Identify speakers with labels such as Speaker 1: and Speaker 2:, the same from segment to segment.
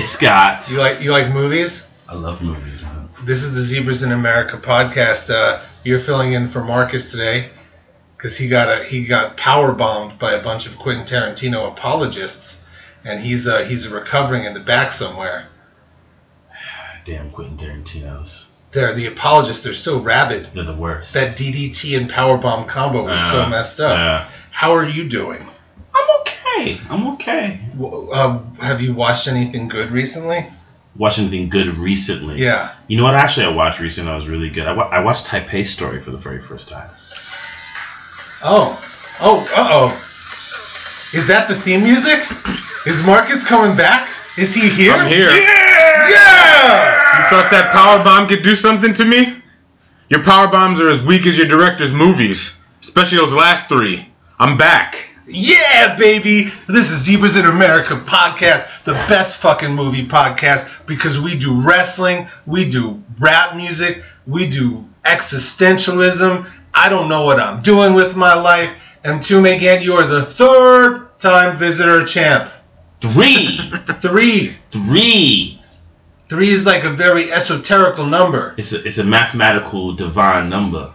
Speaker 1: Scott.
Speaker 2: You like you like movies?
Speaker 1: I love movies, man.
Speaker 2: This is the Zebras in America podcast. Uh, you're filling in for Marcus today because he got a he got power bombed by a bunch of Quentin Tarantino apologists, and he's uh, he's recovering in the back somewhere.
Speaker 1: Damn Quentin Tarantino's.
Speaker 2: They're the apologists. They're so rabid.
Speaker 1: They're the worst.
Speaker 2: That DDT and power bomb combo was
Speaker 1: Uh,
Speaker 2: so messed up.
Speaker 1: yeah.
Speaker 2: How are you doing?
Speaker 1: I'm okay. I'm okay.
Speaker 2: W- Uh, have you watched anything good recently?
Speaker 1: Watched anything good recently?
Speaker 2: Yeah.
Speaker 1: You know what? Actually, I watched recently. I was really good. I, wa- I watched Taipei Story for the very first time.
Speaker 2: Oh. Oh. Uh oh. Is that the theme music? Is Marcus coming back? Is he here?
Speaker 3: I'm here.
Speaker 2: Yeah.
Speaker 3: You thought that power bomb could do something to me? Your power bombs are as weak as your director's movies, especially those last three. I'm back.
Speaker 2: Yeah, baby. This is Zebras in America podcast, the best fucking movie podcast because we do wrestling, we do rap music, we do existentialism. I don't know what I'm doing with my life. And Tume Gant, you are the third time visitor champ.
Speaker 1: Three,
Speaker 2: Three.
Speaker 1: three.
Speaker 2: Three is like a very esoterical number.
Speaker 1: It's a it's a mathematical divine number.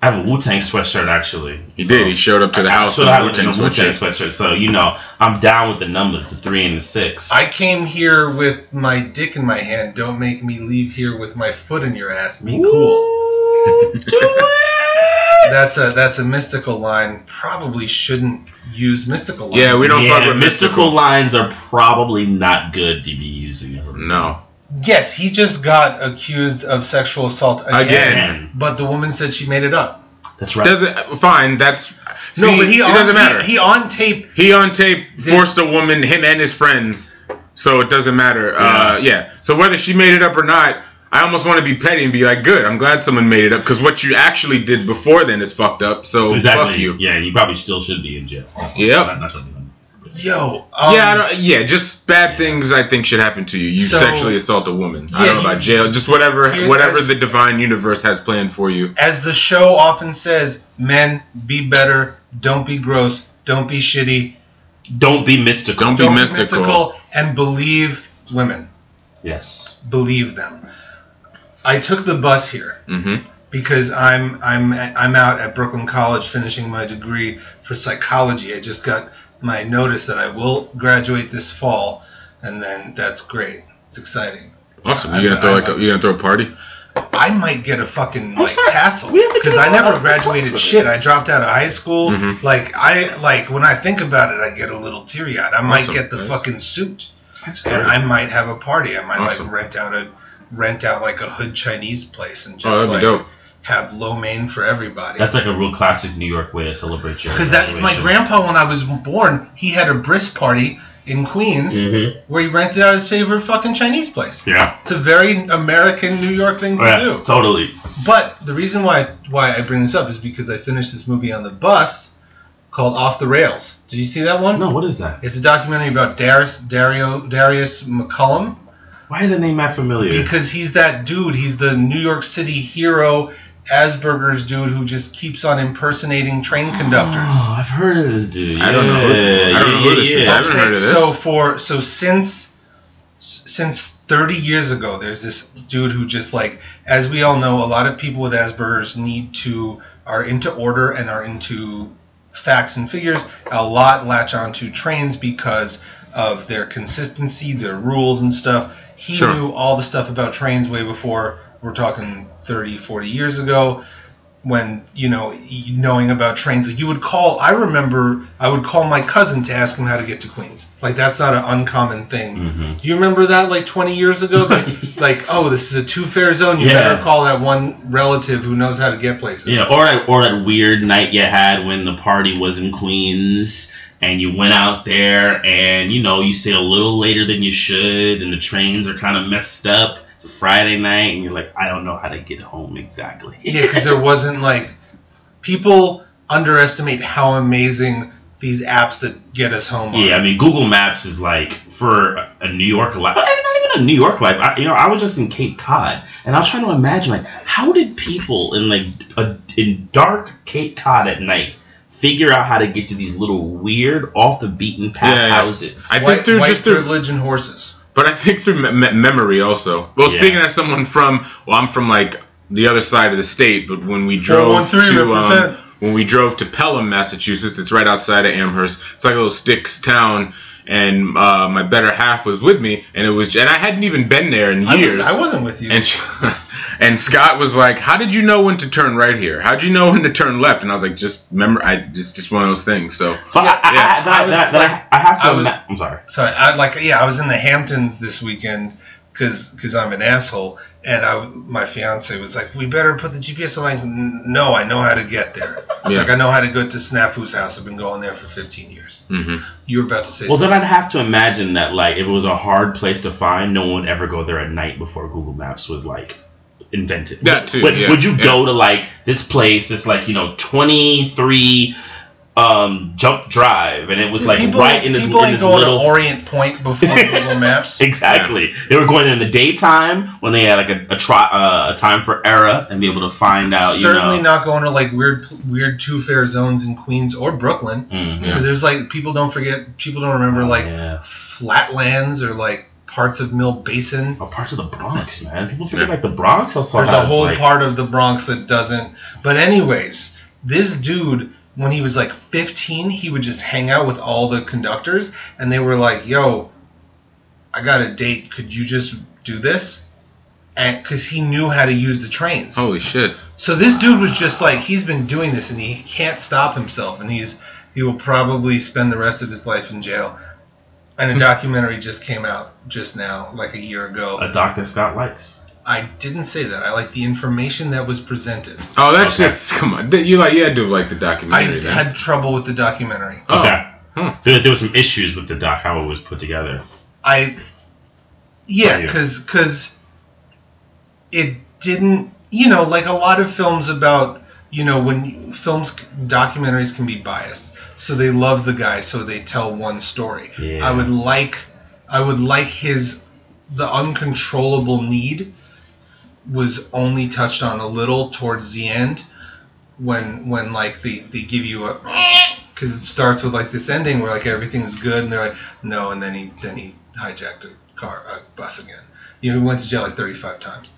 Speaker 1: I have a Wu Tang sweatshirt actually.
Speaker 3: He did. He showed up to the house
Speaker 1: So
Speaker 3: in
Speaker 1: I
Speaker 3: a
Speaker 1: have a
Speaker 3: Wu-Tang
Speaker 1: Wu Tang
Speaker 3: sweatshirt.
Speaker 1: sweatshirt. So you know, I'm down with the numbers, the three and the six.
Speaker 2: I came here with my dick in my hand. Don't make me leave here with my foot in your ass. Be cool.
Speaker 1: Ooh, do it.
Speaker 2: That's a that's a mystical line. Probably shouldn't use mystical lines.
Speaker 3: Yeah, we don't
Speaker 1: yeah,
Speaker 3: fuck with
Speaker 1: mystical,
Speaker 3: mystical.
Speaker 1: lines are probably not good to be using. Ever.
Speaker 3: No.
Speaker 2: Yes, he just got accused of sexual assault again.
Speaker 3: Again.
Speaker 1: Man,
Speaker 2: But the woman said she made it up.
Speaker 1: that's right.
Speaker 3: Doesn't fine. That's see,
Speaker 2: but he
Speaker 3: it
Speaker 2: on,
Speaker 3: doesn't matter.
Speaker 2: He,
Speaker 3: He,
Speaker 2: he on tape.
Speaker 3: on tape forced a woman, him and his friends, so it doesn't matter. Uh, yeah. So whether she made it up or not, I almost want to be petty and be like, "Good, I'm glad someone made it up," because what you actually did before then is fucked up. So
Speaker 1: exactly.
Speaker 3: fuck you.
Speaker 1: Yeah, you probably still should be in jail.
Speaker 3: Yep.
Speaker 1: That's not something-
Speaker 2: Yo. Um,
Speaker 3: yeah, I don't, yeah, just bad things I think should happen to you. You
Speaker 2: So-
Speaker 3: sexually assault a woman.
Speaker 2: Yeah,
Speaker 3: I don't know
Speaker 2: you-
Speaker 3: about jail. Just whatever,
Speaker 2: Here-
Speaker 3: whatever
Speaker 2: that's-
Speaker 3: the divine universe has planned for you.
Speaker 2: As the show often says, men be better. Don't be gross. Don't be shitty.
Speaker 1: Don't be mystical.
Speaker 3: Don't be-
Speaker 2: Don't
Speaker 3: mystical.
Speaker 2: And believe women.
Speaker 1: yes.
Speaker 2: Believe them. I took the bus here.
Speaker 3: hmm
Speaker 2: because I'm I'm I'm out at Brooklyn College finishing my degree for psychology. I just got my notice that I will graduate this fall, and then that's great. It's exciting.
Speaker 3: Awesome.
Speaker 2: I'm-
Speaker 3: You're gonna throw
Speaker 2: I'm-
Speaker 3: like a, you're gonna throw a party.
Speaker 2: I might get a fucking like
Speaker 1: sorry.
Speaker 2: tassel
Speaker 1: We have to
Speaker 2: because
Speaker 1: get
Speaker 2: I
Speaker 1: a-
Speaker 2: never
Speaker 1: a-
Speaker 2: graduated
Speaker 1: a-
Speaker 2: shit. I dropped out of high school.
Speaker 3: Mhm.
Speaker 2: Like I like when I think about it, I get a little teary eyed. I might
Speaker 3: Awesome.
Speaker 2: get the
Speaker 3: Nice.
Speaker 2: fucking suit,
Speaker 1: That's
Speaker 2: and I might have a party. I might
Speaker 3: Awesome.
Speaker 2: like rent out a rent out like a hood Chinese place and just
Speaker 3: Oh, that'd
Speaker 2: like
Speaker 3: be dope.
Speaker 2: have lo mein for everybody.
Speaker 1: That's like a real classic New York way to celebrate your.
Speaker 2: Because that my grandpa, when I was born, he had a bris party in Queens
Speaker 1: Mm-hmm.
Speaker 2: where he rented out his favorite fucking Chinese place.
Speaker 1: Yeah. Oh,
Speaker 2: It's a very American New York thing to
Speaker 3: Oh,
Speaker 1: Yeah,
Speaker 2: do.
Speaker 1: Totally.
Speaker 2: But the reason why why I bring this up is because I finished this movie on the bus called Off the Rails. Did you see that one?
Speaker 1: No, what is that?
Speaker 2: It's a documentary about Darius Dario Darius McCullum
Speaker 1: Why is the name not familiar?
Speaker 2: because he's that dude. He's the New York City hero Asperger's dude who just keeps on impersonating train conductors.
Speaker 1: Oh, I've heard of this dude.
Speaker 3: I don't know who-
Speaker 1: Yeah,
Speaker 3: I don't know who
Speaker 1: yeah,
Speaker 3: this is.
Speaker 1: yeah.
Speaker 3: I haven't heard of this.
Speaker 2: So for so since since 30 years ago, there's this dude who just like, as we all know, a lot of people with Asperger's need to are into order and are into facts and figures. A lot latch onto trains because of their consistency, their rules and stuff. He
Speaker 3: Sure.
Speaker 2: knew all the stuff about trains way before we're talking 30, 40 years ago when you know e- knowing about trains like you would call i remember i would call my cousin to ask him how to get to queens like that's not an uncommon thing
Speaker 1: Mhm.
Speaker 2: do you remember that like 20 years ago like, like oh this is a two fare zone you
Speaker 1: Yeah.
Speaker 2: better call that one relative who knows how to get places
Speaker 1: Yeah, or that, or that weird night you had when the party was in Queens and you went out there and you know you stayed a little later than you should and the trains are kind of messed up. It's a Friday night and you're like, I don't know how to get home exactly.
Speaker 2: Yeah, because there wasn't like people underestimate how amazing these apps that get us home are.
Speaker 1: Yeah, I mean, Google Maps is like for a New York life. Not even a New York life. I, you know, I was just in Cape Cod, and I was trying to imagine like how did people in like a, in dark Cape Cod at night figure out how to get to these little weird, off the beaten path
Speaker 3: Yeah, yeah.
Speaker 1: houses?
Speaker 3: I
Speaker 2: white,
Speaker 3: think they're
Speaker 2: white
Speaker 3: just they're-
Speaker 2: privilege and horses.
Speaker 3: But I think through me- me- memory also. Well,
Speaker 1: Yeah.
Speaker 3: speaking as someone from, well, I'm from like the other side of the state, but when we drove
Speaker 2: 413
Speaker 3: to um,
Speaker 2: represent.
Speaker 3: when we drove to Pelham, Massachusetts, it's right outside of Amherst. It's like a little sticks town, and uh, my better half was with me, and it was, and I hadn't even been there in
Speaker 2: I,
Speaker 3: years.
Speaker 2: was, I wasn't with you.
Speaker 3: And she, and Scott was like, "How did you know when to turn right here? How did you know when to turn left?" And I was like, "Just remember, I just just one of those things." So
Speaker 1: But I, I,
Speaker 3: yeah.
Speaker 1: I, that,
Speaker 2: I was
Speaker 1: that, that I, I have to.
Speaker 2: I was-
Speaker 1: admit- I'm sorry.
Speaker 2: So I like yeah, I was in the Hamptons this weekend because I'm an asshole, and I my fiance was like, we better put the GPS. I'm like, "N- no, I know how to get there.
Speaker 3: Yeah.
Speaker 2: Like I know how to go to Snafu's house. I've been going there for 15 years.
Speaker 3: hmm
Speaker 2: You were about to say
Speaker 1: Well,
Speaker 2: something.
Speaker 1: then I'd have to imagine that, like, if it was a hard place to find, no one would ever go there at night before Google Maps was like invented.
Speaker 3: That too,
Speaker 1: Would,
Speaker 3: yeah,
Speaker 1: would you
Speaker 3: yeah.
Speaker 1: go to like this place? It's like you know twenty three um jump drive and it was like
Speaker 2: people
Speaker 1: right in this,
Speaker 2: people
Speaker 1: in
Speaker 2: ain't
Speaker 1: this
Speaker 2: going
Speaker 1: little
Speaker 2: to Orient Point before Google Maps.
Speaker 1: Exactly. They were going in the daytime when they had like a a, try, uh, a time for error and be able to find out. You
Speaker 2: Certainly
Speaker 1: know.
Speaker 2: not going to like weird weird two fair zones in Queens or Brooklyn
Speaker 1: Mhm.
Speaker 2: because there's like people don't forget people don't remember like
Speaker 1: Oh, yeah.
Speaker 2: flatlands or like parts of Mill Basin.
Speaker 1: Oh, parts of the Bronx, man. People forget
Speaker 3: Yeah.
Speaker 1: like the Bronx. Also
Speaker 2: There's a
Speaker 1: has,
Speaker 2: whole
Speaker 1: like,
Speaker 2: part of the Bronx that doesn't. But anyways, this dude when he was like 15, he would just hang out with all the conductors and they were like, "Yo, I got a date. Could you just do this?" And cuz he knew how to use the trains.
Speaker 1: Oh.
Speaker 3: holy shit,
Speaker 2: So this dude was just like he's been doing this and he can't stop himself and he's he will probably spend the rest of his life in jail. And
Speaker 1: Hmm.
Speaker 2: a documentary just came out just now, like a year ago.
Speaker 1: a doc that Scott likes.
Speaker 2: I didn't say that. I like the information that was presented.
Speaker 3: oh that's
Speaker 1: Okay.
Speaker 3: just come on. You like yeah, I do like the
Speaker 2: I
Speaker 3: documentary. then.
Speaker 2: had trouble with the documentary.
Speaker 3: Oh.
Speaker 1: Okay.
Speaker 3: Huh.
Speaker 1: There, there were some issues with the doc how it was put together.
Speaker 2: I yeah,
Speaker 1: Yeah.
Speaker 2: because because it didn't you know like a lot of films about you know when films documentaries can be biased so they love the guy so they tell one story
Speaker 1: Yeah.
Speaker 2: i would like i would like his the uncontrollable need was only touched on a little towards the end when when like they, they give you a because it starts with like this ending where like everything's good and they're like no and then he then he hijacked a car a bus again you know he went to jail like 35 times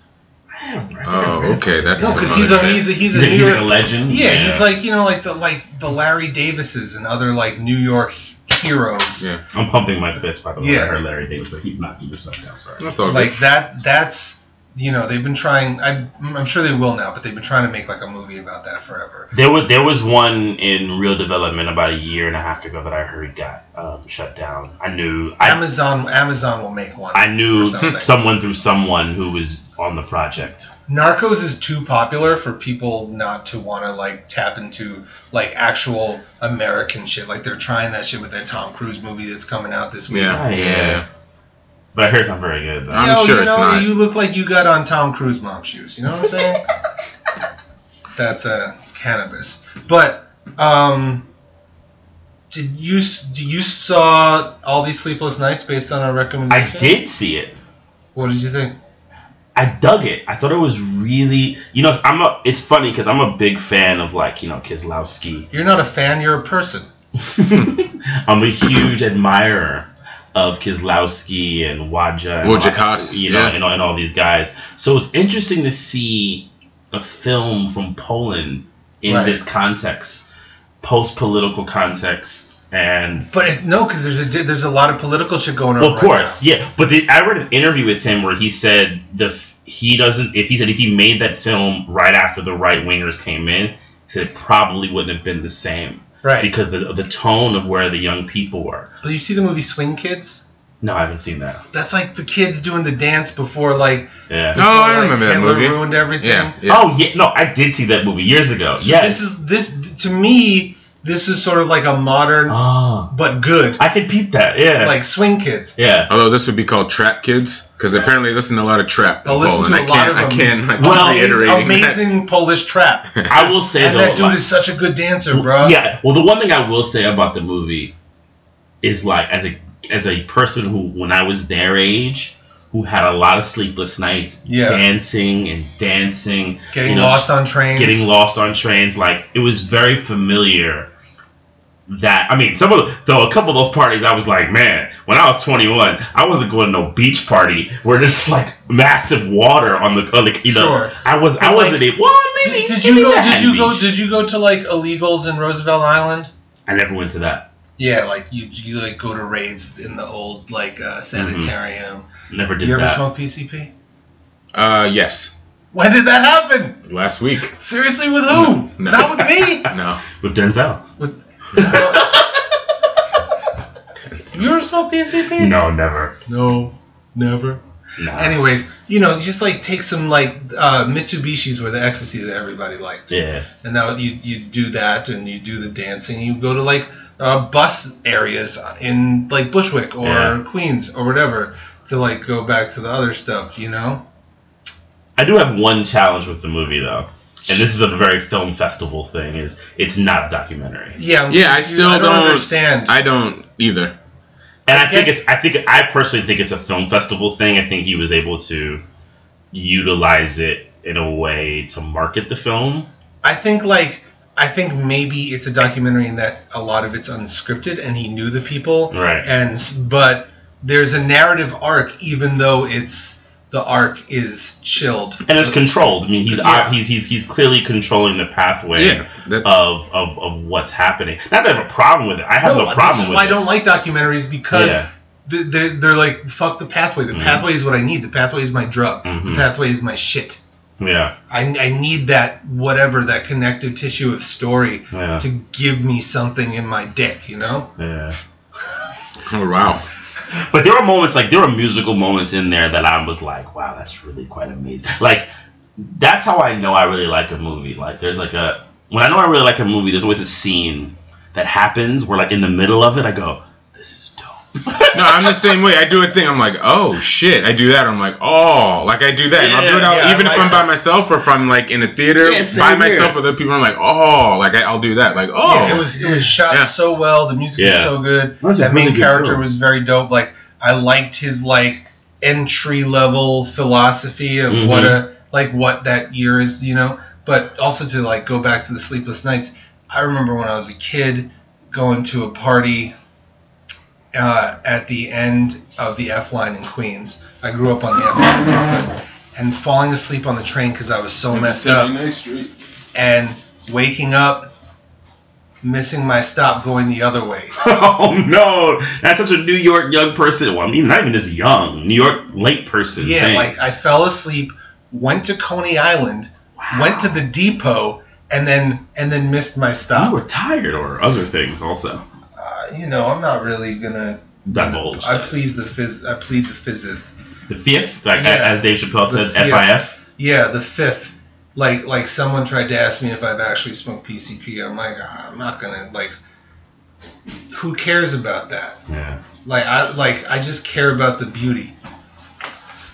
Speaker 3: Oh, okay, that's
Speaker 2: no
Speaker 3: some
Speaker 2: because he's a
Speaker 3: other shit.
Speaker 2: he's a he's a
Speaker 1: He's,
Speaker 2: new
Speaker 1: he's like a
Speaker 2: york
Speaker 1: legend.
Speaker 2: yeah, he's like you know like the like the larry davises and other like new york heroes
Speaker 3: Yeah.
Speaker 1: I'm pumping my fist by the way. I
Speaker 2: Yeah.
Speaker 1: heard Larry Davis like keep knocking yourself down. Sorry.
Speaker 3: That's all good.
Speaker 2: like that that's you know they've been trying I, i'm sure they will now but they've been trying to make like a movie about that forever
Speaker 1: There was there was one in real development about a year and a half ago that I heard got um, shut down. I knew I
Speaker 2: amazon amazon will make one
Speaker 1: I knew
Speaker 2: or something.
Speaker 1: someone through someone who was on the project.
Speaker 2: Narcos is too popular for people not to want to like tap into like actual American shit. Like they're trying that shit with that Tom Cruise movie that's coming out this week.
Speaker 3: yeah,
Speaker 1: Yeah.
Speaker 3: yeah.
Speaker 1: But I hear it's not very good. Though.
Speaker 3: I'm
Speaker 2: Yo,
Speaker 3: sure
Speaker 2: you know,
Speaker 3: it's not.
Speaker 2: You look like you got on Tom Cruise mom shoes. You know what I'm saying? that's uh, cannabis. But um, did you do you saw all these sleepless nights based on our
Speaker 1: I
Speaker 2: recommendation?
Speaker 1: did see it.
Speaker 2: What did you think?
Speaker 1: I dug it. I thought it was really, you know, I'm a. It's funny because I'm a big fan of like you know Kislowski.
Speaker 2: You're not a fan. You're a person.
Speaker 1: I'm a huge admirer of Kislowski and Waja, and
Speaker 3: Wojciech
Speaker 1: all-
Speaker 3: Haas,
Speaker 1: you know,
Speaker 3: yeah.
Speaker 1: and, all- and all these guys. So it's interesting to see a film from Poland in
Speaker 2: Right.
Speaker 1: this context, post-political context, and
Speaker 2: But it, no, because there's a there's a lot of political shit going on.
Speaker 1: Well, of
Speaker 2: right
Speaker 1: course,
Speaker 2: now.
Speaker 1: yeah. But the, I read an interview with him where he said the f- he doesn't if he said if he made that film right after the right wingers came in, he said it probably wouldn't have been the same
Speaker 2: Right.
Speaker 1: because the the tone of where the young people were.
Speaker 2: But you see the movie Swing Kids?
Speaker 1: No, I haven't seen that.
Speaker 2: That's like the kids doing the dance before like
Speaker 1: Yeah.
Speaker 3: No,
Speaker 2: before,
Speaker 3: Oh, I
Speaker 2: like,
Speaker 3: remember that
Speaker 2: Hitler
Speaker 3: movie.
Speaker 2: ruined everything.
Speaker 3: yeah, yeah.
Speaker 1: Oh yeah, no, I did see that movie years ago.
Speaker 2: So
Speaker 1: yes.
Speaker 2: This is this to me. This is sort of like a modern
Speaker 1: Ah,
Speaker 2: but good
Speaker 1: I could peep that. Yeah.
Speaker 2: like Swing Kids.
Speaker 1: yeah.
Speaker 3: Although this would be called Trap Kids, because apparently they listen to a lot of trap. in
Speaker 2: They'll listen
Speaker 3: Poland.
Speaker 2: to a lot
Speaker 3: I can't,
Speaker 2: of
Speaker 3: I can't. I keep
Speaker 1: Well, he's
Speaker 3: reiterating that.
Speaker 2: Amazing Polish trap. and
Speaker 1: I will say though,
Speaker 2: that dude
Speaker 1: like-
Speaker 2: is such a good dancer, bro.
Speaker 1: Yeah. Well, the one thing I will say about the movie is like as a as a person who when I was their age who had a lot of sleepless nights
Speaker 2: Yeah.
Speaker 1: dancing and dancing
Speaker 2: Getting
Speaker 1: you know,
Speaker 2: lost on trains.
Speaker 1: getting lost on trains like it was very familiar that I mean, some of the, though a couple of those parties, I was like, man, when I was 21, I wasn't going to no beach party where there's like massive water on the on the you know.
Speaker 2: Sure.
Speaker 1: I was I
Speaker 2: But,
Speaker 1: wasn't
Speaker 2: like,
Speaker 1: in. Well, maybe
Speaker 2: Did, did
Speaker 1: maybe
Speaker 2: you go?
Speaker 1: Manhattan
Speaker 2: Did you go?
Speaker 1: Beach.
Speaker 2: Did you go to like illegals in Roosevelt Island?
Speaker 1: I never went to that.
Speaker 2: Yeah, like you, you like go to raves in the old like uh, sanitarium.
Speaker 1: Never Mm-hmm. did
Speaker 2: You ever
Speaker 1: that.
Speaker 2: smoke PCP?
Speaker 3: Uh, yes.
Speaker 2: When did that happen?
Speaker 3: Last week.
Speaker 2: Seriously, with who?
Speaker 3: No.
Speaker 2: Not with me.
Speaker 3: No.
Speaker 1: with Denzel?
Speaker 2: With Denzel. you ever smoke PCP?
Speaker 1: No, never.
Speaker 2: No, never.
Speaker 1: Nah.
Speaker 2: Anyways, you know, just like take some like uh, Mitsubishi's were the ecstasy that everybody liked,
Speaker 1: Yeah.
Speaker 2: and now you you do that and you do the dancing. You go to like uh, bus areas in like Bushwick or
Speaker 1: Yeah.
Speaker 2: Queens or whatever to like go back to the other stuff, you know.
Speaker 1: I do have one challenge with the movie though. And this is a very film festival thing. Is it's not a documentary, and
Speaker 2: Yeah, I'm
Speaker 3: Yeah, I
Speaker 2: confused.
Speaker 3: still
Speaker 2: I don't,
Speaker 3: don't-
Speaker 2: understand.
Speaker 3: I don't either.
Speaker 1: I, think
Speaker 2: guess-
Speaker 1: it's. I think I personally think it's a film festival thing. I think he was able to utilize it in a way to market the film.
Speaker 2: I think like I think maybe it's a documentary in that a lot of it's unscripted and he knew the people
Speaker 1: Right.
Speaker 2: and s- but there's a narrative arc even though it's the arc is chilled.
Speaker 1: and it's controlled. I mean, he's
Speaker 2: Yeah.
Speaker 1: he's he's he's clearly controlling the pathway
Speaker 3: Yeah. That,
Speaker 2: Uh,
Speaker 1: of, of of what's happening. Not that I have a problem with it. I have no,
Speaker 2: this
Speaker 1: problem
Speaker 2: is
Speaker 1: with
Speaker 2: why I
Speaker 1: it.
Speaker 2: don't like documentaries because
Speaker 1: Yeah.
Speaker 2: th- they're, they're like fuck the pathway. The
Speaker 1: Mhm.
Speaker 2: pathway is what I need. The pathway is my drug.
Speaker 1: Mhm.
Speaker 2: The pathway is my shit.
Speaker 1: yeah,
Speaker 2: I, I need that whatever that connective tissue of story
Speaker 1: yeah,
Speaker 2: to give me something in my dick. You know.
Speaker 1: yeah.
Speaker 3: oh, wow.
Speaker 1: But there are moments like there are musical moments in there that I was like, wow, that's really quite amazing. Like that's how I know I really like a movie. Like there's like a when I know I really like a movie, there's always a scene that happens where like in the middle of it, I go, this is dope.
Speaker 3: No, I'm the same way. I do a thing. I'm like, oh shit. I do that. I'm like, oh, like I do that. and I'll do it
Speaker 2: Yeah,
Speaker 3: out,
Speaker 2: yeah, I
Speaker 3: even if
Speaker 2: like
Speaker 3: I'm
Speaker 2: that.
Speaker 3: by myself or if I'm like in a theater
Speaker 1: Yeah, same
Speaker 3: by
Speaker 1: here.
Speaker 3: myself with other people. I'm like, oh, like I, I'll do that. Like, oh,
Speaker 2: Yeah, it was it was shot
Speaker 3: Yeah.
Speaker 2: so well. The music was
Speaker 1: Yeah.
Speaker 2: so good.
Speaker 1: was a
Speaker 2: That main
Speaker 1: really good
Speaker 2: character
Speaker 1: film.
Speaker 2: was very dope. Like I liked his like entry level philosophy of
Speaker 1: Mhm.
Speaker 2: what a like what that year is, you know. But also to like go back to the sleepless nights. I remember when I was a kid going to a party uh, at the end of the F line in Queens. I grew up on the F line in Brooklyn, and falling asleep on the train because I was so messed up and waking up, missing my stop, going the other way.
Speaker 1: oh no, that's such a New York young person. Well, I mean, not even as young, New York late person.
Speaker 2: Yeah,
Speaker 1: thing.
Speaker 2: like I fell asleep, went to Coney Island, went to the depot, and then and then missed my
Speaker 1: You
Speaker 2: stop.
Speaker 1: were tired or other things also.
Speaker 2: Uh, you know, I'm not really gonna.
Speaker 1: Divulge.
Speaker 2: I please the phys. I plead the physics.
Speaker 1: The fifth, like
Speaker 2: Yeah.
Speaker 1: as Dave Chappelle
Speaker 2: The
Speaker 1: said, FIF.
Speaker 2: Yeah, the fifth. Like like someone tried to ask me if I've actually smoked PCP. I'm like, "Ah, I'm not gonna like. Who cares about that?
Speaker 1: Yeah.
Speaker 2: Like I like I just care about the beauty.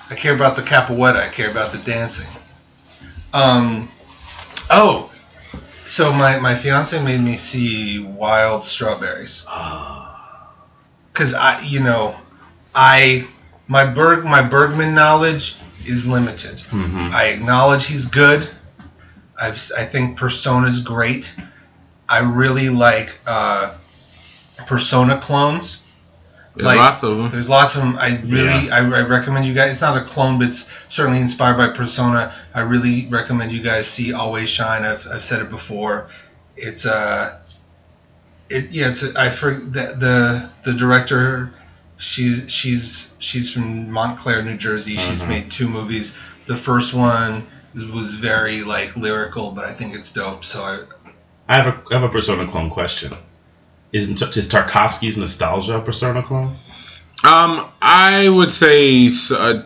Speaker 2: I care about the capoeira. I care about the dancing. Um, oh, so my my fiance made me see Wild Strawberries
Speaker 1: Ah.
Speaker 2: because I you know I my Berg my Bergman knowledge is limited.
Speaker 1: Mhm.
Speaker 2: I acknowledge he's good. I've, s- I think Persona's great. I really like uh, Persona clones.
Speaker 3: There's
Speaker 2: Like-
Speaker 3: lots of them.
Speaker 2: There's lots of them. I really, I, I recommend you guys. It's not a clone, but it's certainly inspired by Persona. I really recommend you guys see Always Shine. I've, I've said it before. It's uh, it yeah. It's a, I for the, the the director. She's she's she's from Montclair, New Jersey. She's
Speaker 1: Mhm.
Speaker 2: made two movies. The first one was very like lyrical, but I think it's dope. So I,
Speaker 1: I have a I have a persona clone question. Isn't is Tarkovsky's nostalgia a persona clone?
Speaker 3: Um, I would say s- uh,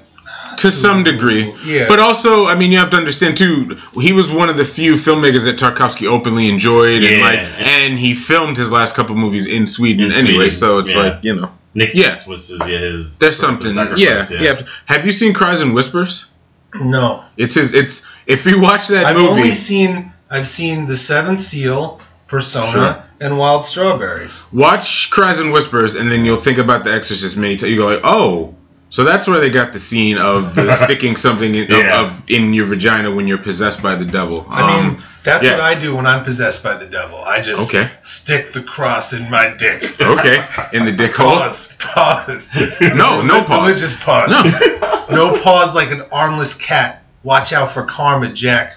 Speaker 3: to some degree.
Speaker 2: Yeah.
Speaker 3: But also, I mean, you have to understand too. He was one of the few filmmakers that Tarkovsky openly enjoyed, and
Speaker 1: Yeah.
Speaker 3: like, and he filmed his last couple movies in Sweden
Speaker 1: In
Speaker 3: anyway.
Speaker 1: Sweden,
Speaker 3: So it's
Speaker 1: yeah.
Speaker 3: like you know,
Speaker 1: Nick
Speaker 3: Yeah.
Speaker 1: was his, yeah, his
Speaker 3: there's
Speaker 1: the
Speaker 3: something. Yeah,
Speaker 1: sacrifice,
Speaker 3: yeah, Have you seen Cries and Whispers?
Speaker 2: no,
Speaker 3: It's his. It's if you watch that
Speaker 2: I've
Speaker 3: movie.
Speaker 2: only seen I've seen the Seventh Seal, Persona,
Speaker 3: Sure.
Speaker 2: and Wild Strawberries.
Speaker 3: Watch Cries and Whispers, and then you'll think about The Exorcist many times. You go like, oh, So that's where they got the scene of the sticking something in,
Speaker 1: Yeah.
Speaker 3: of, in your vagina when you're possessed by the devil.
Speaker 2: I
Speaker 3: Um,
Speaker 2: mean, that's
Speaker 3: yeah.
Speaker 2: what I do when I'm possessed by the devil. I just
Speaker 3: Okay.
Speaker 2: stick the cross in my dick.
Speaker 3: Um, okay, in the dick hole.
Speaker 2: Pause. Pause.
Speaker 3: No, no
Speaker 2: Reli-
Speaker 3: pause.
Speaker 2: Religious pause. No. pause like an armless cat. Watch out for karma, Jack.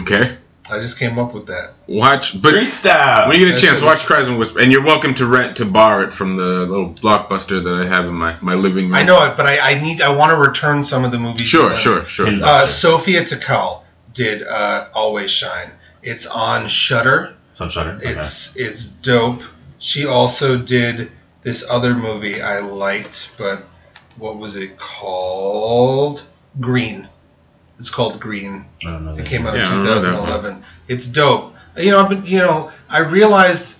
Speaker 3: Okay,
Speaker 2: I just came up with that.
Speaker 3: watch, but
Speaker 1: Freestyle.
Speaker 3: When you get a
Speaker 2: That's
Speaker 3: chance,
Speaker 2: it.
Speaker 3: watch Cries and Whisper, and you're welcome to rent to borrow it from the little blockbuster that I have in my, my living room.
Speaker 2: I know it, but I, I need I want to return some of the movies.
Speaker 3: Hmm. Sure,
Speaker 2: to-
Speaker 3: sure, sure.
Speaker 1: And-
Speaker 2: Uh, Sophia Takal did uh, Always Shine. It's on Shutter.
Speaker 1: Some shutter. Okay.
Speaker 2: It's it's dope. She also did this other movie I liked, but what was it called? Green. It's called Green.
Speaker 1: I don't know.
Speaker 2: It came out
Speaker 3: Yeah, I
Speaker 2: in
Speaker 3: remember that one.
Speaker 2: 2011. It's dope. You know, but you know, I realized,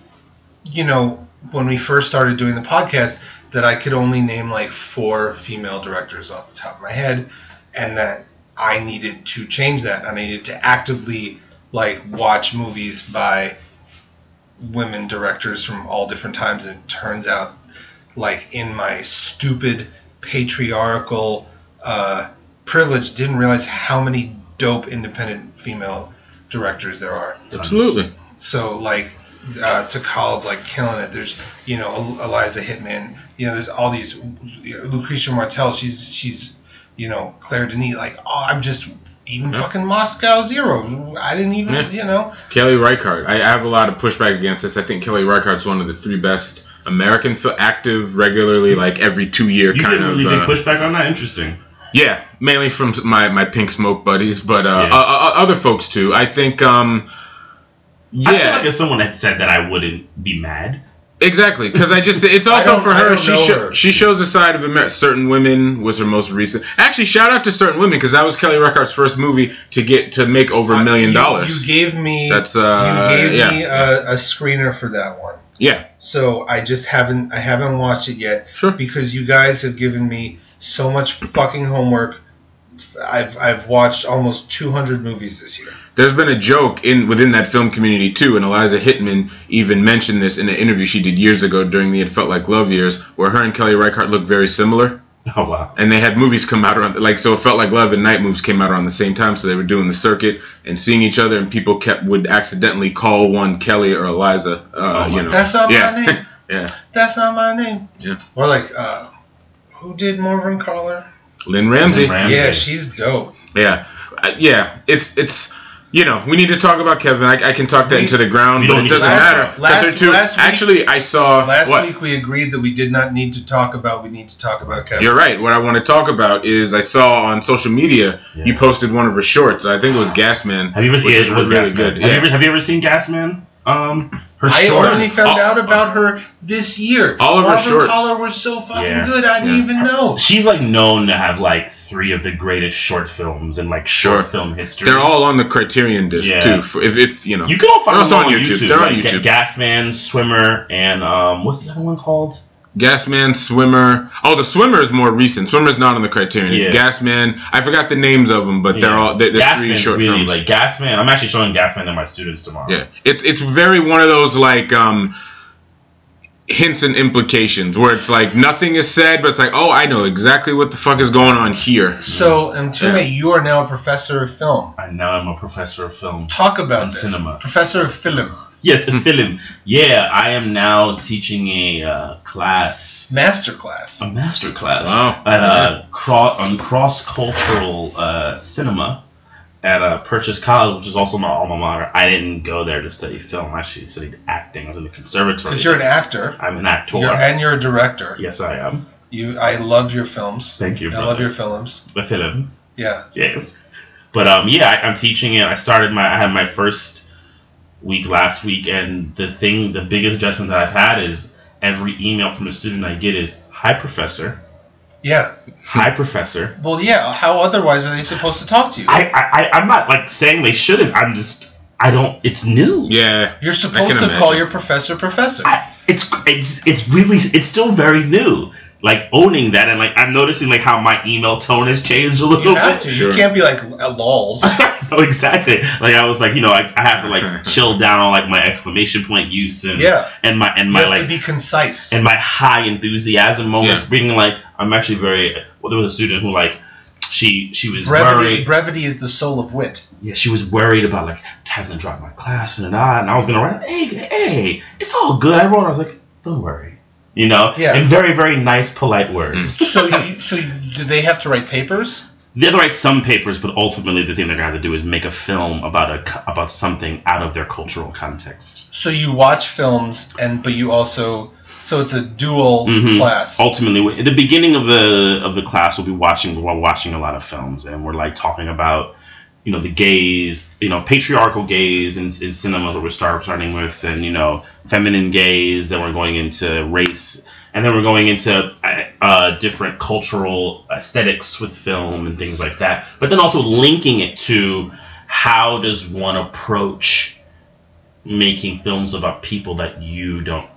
Speaker 2: you know, when we first started doing the podcast, that I could only name like four female directors off the top of my head, and that I needed to change that. I needed to actively like watch movies by women directors from all different times. And it turns out, like in my stupid patriarchal uh, privilege, didn't realize how many dope independent female directors there are.
Speaker 3: Absolutely.
Speaker 2: So like, uh, Takal's like killing it. There's you know El- Eliza Hitman. You know there's all these you know, Lucretia Martel. She's she's you know Claire Denis. Like oh I'm just even
Speaker 3: Yeah.
Speaker 2: fucking Moscow Zero. I didn't even
Speaker 3: Yeah.
Speaker 2: you know
Speaker 3: Kelly Reichardt. I have a lot of pushback against this. I think Kelly Reichardt's one of the three best American fil- active, regularly, like every two year
Speaker 1: You
Speaker 3: kind
Speaker 1: didn't
Speaker 3: of.
Speaker 1: really
Speaker 3: uh,
Speaker 1: big pushback on that. Interesting.
Speaker 3: Yeah, mainly from my my Pink Smoke buddies, but uh,
Speaker 1: Yeah.
Speaker 3: uh, uh, other folks too. I think. um
Speaker 1: I feel like
Speaker 3: Yeah,
Speaker 1: if someone had said that, I wouldn't be mad.
Speaker 3: exactly. Because I just it's
Speaker 2: I
Speaker 3: also
Speaker 2: don't-
Speaker 3: for
Speaker 2: I
Speaker 3: her.
Speaker 2: don't
Speaker 3: She
Speaker 2: know
Speaker 3: sho-
Speaker 2: her.
Speaker 3: she shows a side of Amer- certain women was her most recent. Actually, shout out to certain women because that was Kelly Reichardt's first movie to get to make over a million
Speaker 2: Uh, You-
Speaker 3: dollars.
Speaker 2: You gave me
Speaker 3: That's uh
Speaker 2: you gave
Speaker 3: yeah
Speaker 2: me a, a screener for that one.
Speaker 3: yeah
Speaker 2: So I just haven't I haven't watched it yet
Speaker 3: sure
Speaker 2: because you guys have given me so much fucking homework. I've I've watched almost 200 movies this year.
Speaker 3: There's been a joke in within that film community too, and Eliza Hittman even mentioned this in an interview she did years ago during the It Felt Like Love years, where her and Kelly Reichardt looked very similar,
Speaker 1: Oh wow.
Speaker 3: and they had movies come out around like so. It Felt Like Love and Night Moves came out around the same time, so they were doing the circuit and seeing each other, and people kept would accidentally call one Kelly or Eliza, uh,
Speaker 1: Oh,
Speaker 3: you
Speaker 1: my-
Speaker 3: know.
Speaker 2: That's not
Speaker 3: yeah.
Speaker 2: my name.
Speaker 3: yeah,
Speaker 2: That's not my name.
Speaker 3: Yeah.
Speaker 2: Or like uh who did Morven Caller?
Speaker 3: Lynn Ramsey.
Speaker 1: Lynn Ramsey.
Speaker 2: Yeah, she's dope.
Speaker 3: Yeah, Uh, yeah. It's it's. You know, we need to talk about Kevin. I, I can talk that
Speaker 2: We-
Speaker 3: into the ground,
Speaker 1: we
Speaker 3: but
Speaker 1: don't
Speaker 3: it
Speaker 1: need
Speaker 3: doesn't
Speaker 1: to-
Speaker 3: matter. 'cause
Speaker 2: Last-
Speaker 3: they're two-
Speaker 2: last week-
Speaker 3: actually, I saw
Speaker 2: Last
Speaker 3: what?
Speaker 2: week we agreed that we did not need to talk about we need to talk about Kevin.
Speaker 3: You're right. What I want to talk about is I saw on social media
Speaker 1: Yeah.
Speaker 3: you posted one of her shorts. I think it was Gasman.
Speaker 1: Have you ever?
Speaker 3: Which
Speaker 1: yeah,
Speaker 3: is
Speaker 1: it was
Speaker 3: really
Speaker 1: Gasman.
Speaker 3: good,
Speaker 1: Have,
Speaker 3: yeah.
Speaker 1: you ever, have you ever seen Gasman? Um, her
Speaker 2: I
Speaker 1: short.
Speaker 2: only found
Speaker 3: Oh,
Speaker 2: out about her this year.
Speaker 3: All of her
Speaker 2: Marvin
Speaker 3: shorts.
Speaker 2: Collar was so fucking
Speaker 1: Yeah,
Speaker 2: good. I didn't
Speaker 3: yeah.
Speaker 2: even know.
Speaker 1: She's like known to have like three of the greatest short films in like short
Speaker 3: Sure.
Speaker 1: film history.
Speaker 3: They're all on the Criterion disc
Speaker 1: Yeah.
Speaker 3: too. for- If, if you know,
Speaker 1: You can all find
Speaker 3: They're
Speaker 1: them
Speaker 3: also
Speaker 1: on
Speaker 3: on
Speaker 1: YouTube.
Speaker 3: YouTube. They're on
Speaker 1: like, Ga-
Speaker 3: YouTube.
Speaker 1: Gasman, Swimmer, and um, what's the other one called?
Speaker 3: Gasman, Swimmer. Oh, the Swimmer is more recent. Swimmer's not on the Criterion. It's
Speaker 1: Yeah.
Speaker 3: Gasman. I forgot the names of them, but they're
Speaker 1: Yeah.
Speaker 3: all they're, they're three
Speaker 1: Gasman's
Speaker 3: short
Speaker 1: really
Speaker 3: films.
Speaker 1: like Gasman. I'm actually showing Gasman to my students tomorrow.
Speaker 3: Yeah, it's it's very one of those like um, hints and implications where it's like nothing is said, but it's like oh, I know exactly what the fuck is going on here.
Speaker 2: So, Mtume,
Speaker 3: Yeah.
Speaker 2: you are now a professor of film.
Speaker 1: And now I'm a professor of film.
Speaker 2: Talk about
Speaker 1: And
Speaker 2: this.
Speaker 1: cinema.
Speaker 2: Professor of film.
Speaker 1: Yes, a film. Yeah, I am now teaching a uh, class,
Speaker 2: Masterclass.
Speaker 1: a master class
Speaker 3: Wow.
Speaker 1: at uh, cro- on cross cultural uh, cinema at uh, Purchase College, which is also my alma mater. I didn't go there to study film. I actually studied acting. I was in the conservatory.
Speaker 2: Because you're an actor
Speaker 1: I'm an actor.
Speaker 2: you're, and you're a director.
Speaker 1: yes, I am.
Speaker 2: You, I love your films.
Speaker 1: Thank you.
Speaker 2: I love your films.
Speaker 1: the film.
Speaker 2: Yeah.
Speaker 1: Yes. But um, yeah, I, I'm teaching it. I started my I had my first week last week, and the thing, the biggest adjustment that I've had is every email from a student I get is "Hi, professor.
Speaker 2: Yeah.
Speaker 1: Hi, professor."
Speaker 2: Well, yeah. How otherwise are they supposed to talk to you?
Speaker 1: I, I I- I'm not like saying they shouldn't. I'm just I don't. It's new.
Speaker 3: Yeah,
Speaker 2: you're supposed to
Speaker 3: imagine.
Speaker 2: call your professor professor.
Speaker 1: I, it's it's it's really it's still very new. Like owning that, and like I'm noticing like how my email tone has changed a little
Speaker 2: you have
Speaker 1: bit.
Speaker 2: to.
Speaker 3: Sure.
Speaker 2: You can't be like uh, lols.
Speaker 1: oh, exactly. Like I was like, you know, I, I have to like chill down on like my exclamation point use and
Speaker 2: yeah.
Speaker 1: and my and
Speaker 2: You
Speaker 1: my
Speaker 2: have to
Speaker 1: like
Speaker 2: be concise.
Speaker 1: and my high enthusiasm moments being like I'm actually very well, there was a student who like she she was
Speaker 2: Brevity,
Speaker 1: worried.
Speaker 2: brevity is the soul of wit.
Speaker 1: Yeah, she was worried about like having to drop my class and I and I was gonna write, hey, hey, it's all good. I wrote. I was like, don't worry, you know.
Speaker 2: Yeah.
Speaker 1: In very very nice polite words.
Speaker 2: So, you, so you, do they have to write papers?
Speaker 1: They had to write some papers, but ultimately the thing they're gonna have to do is make a film about a co- about something out of their cultural context.
Speaker 2: So you watch films, and but you also so it's a dual
Speaker 1: Mhm.
Speaker 2: class.
Speaker 1: Ultimately, at the beginning of the of the class, we'll be watching we're watching a lot of films, and we're like talking about you know the gaze, you know patriarchal gaze in, in cinema that we're start, starting with, and you know feminine gaze. Then we're going into race, and then we're going into uh, uh, different cultural aesthetics with film and things like that. But then also linking it to how does one approach making films about people that you don't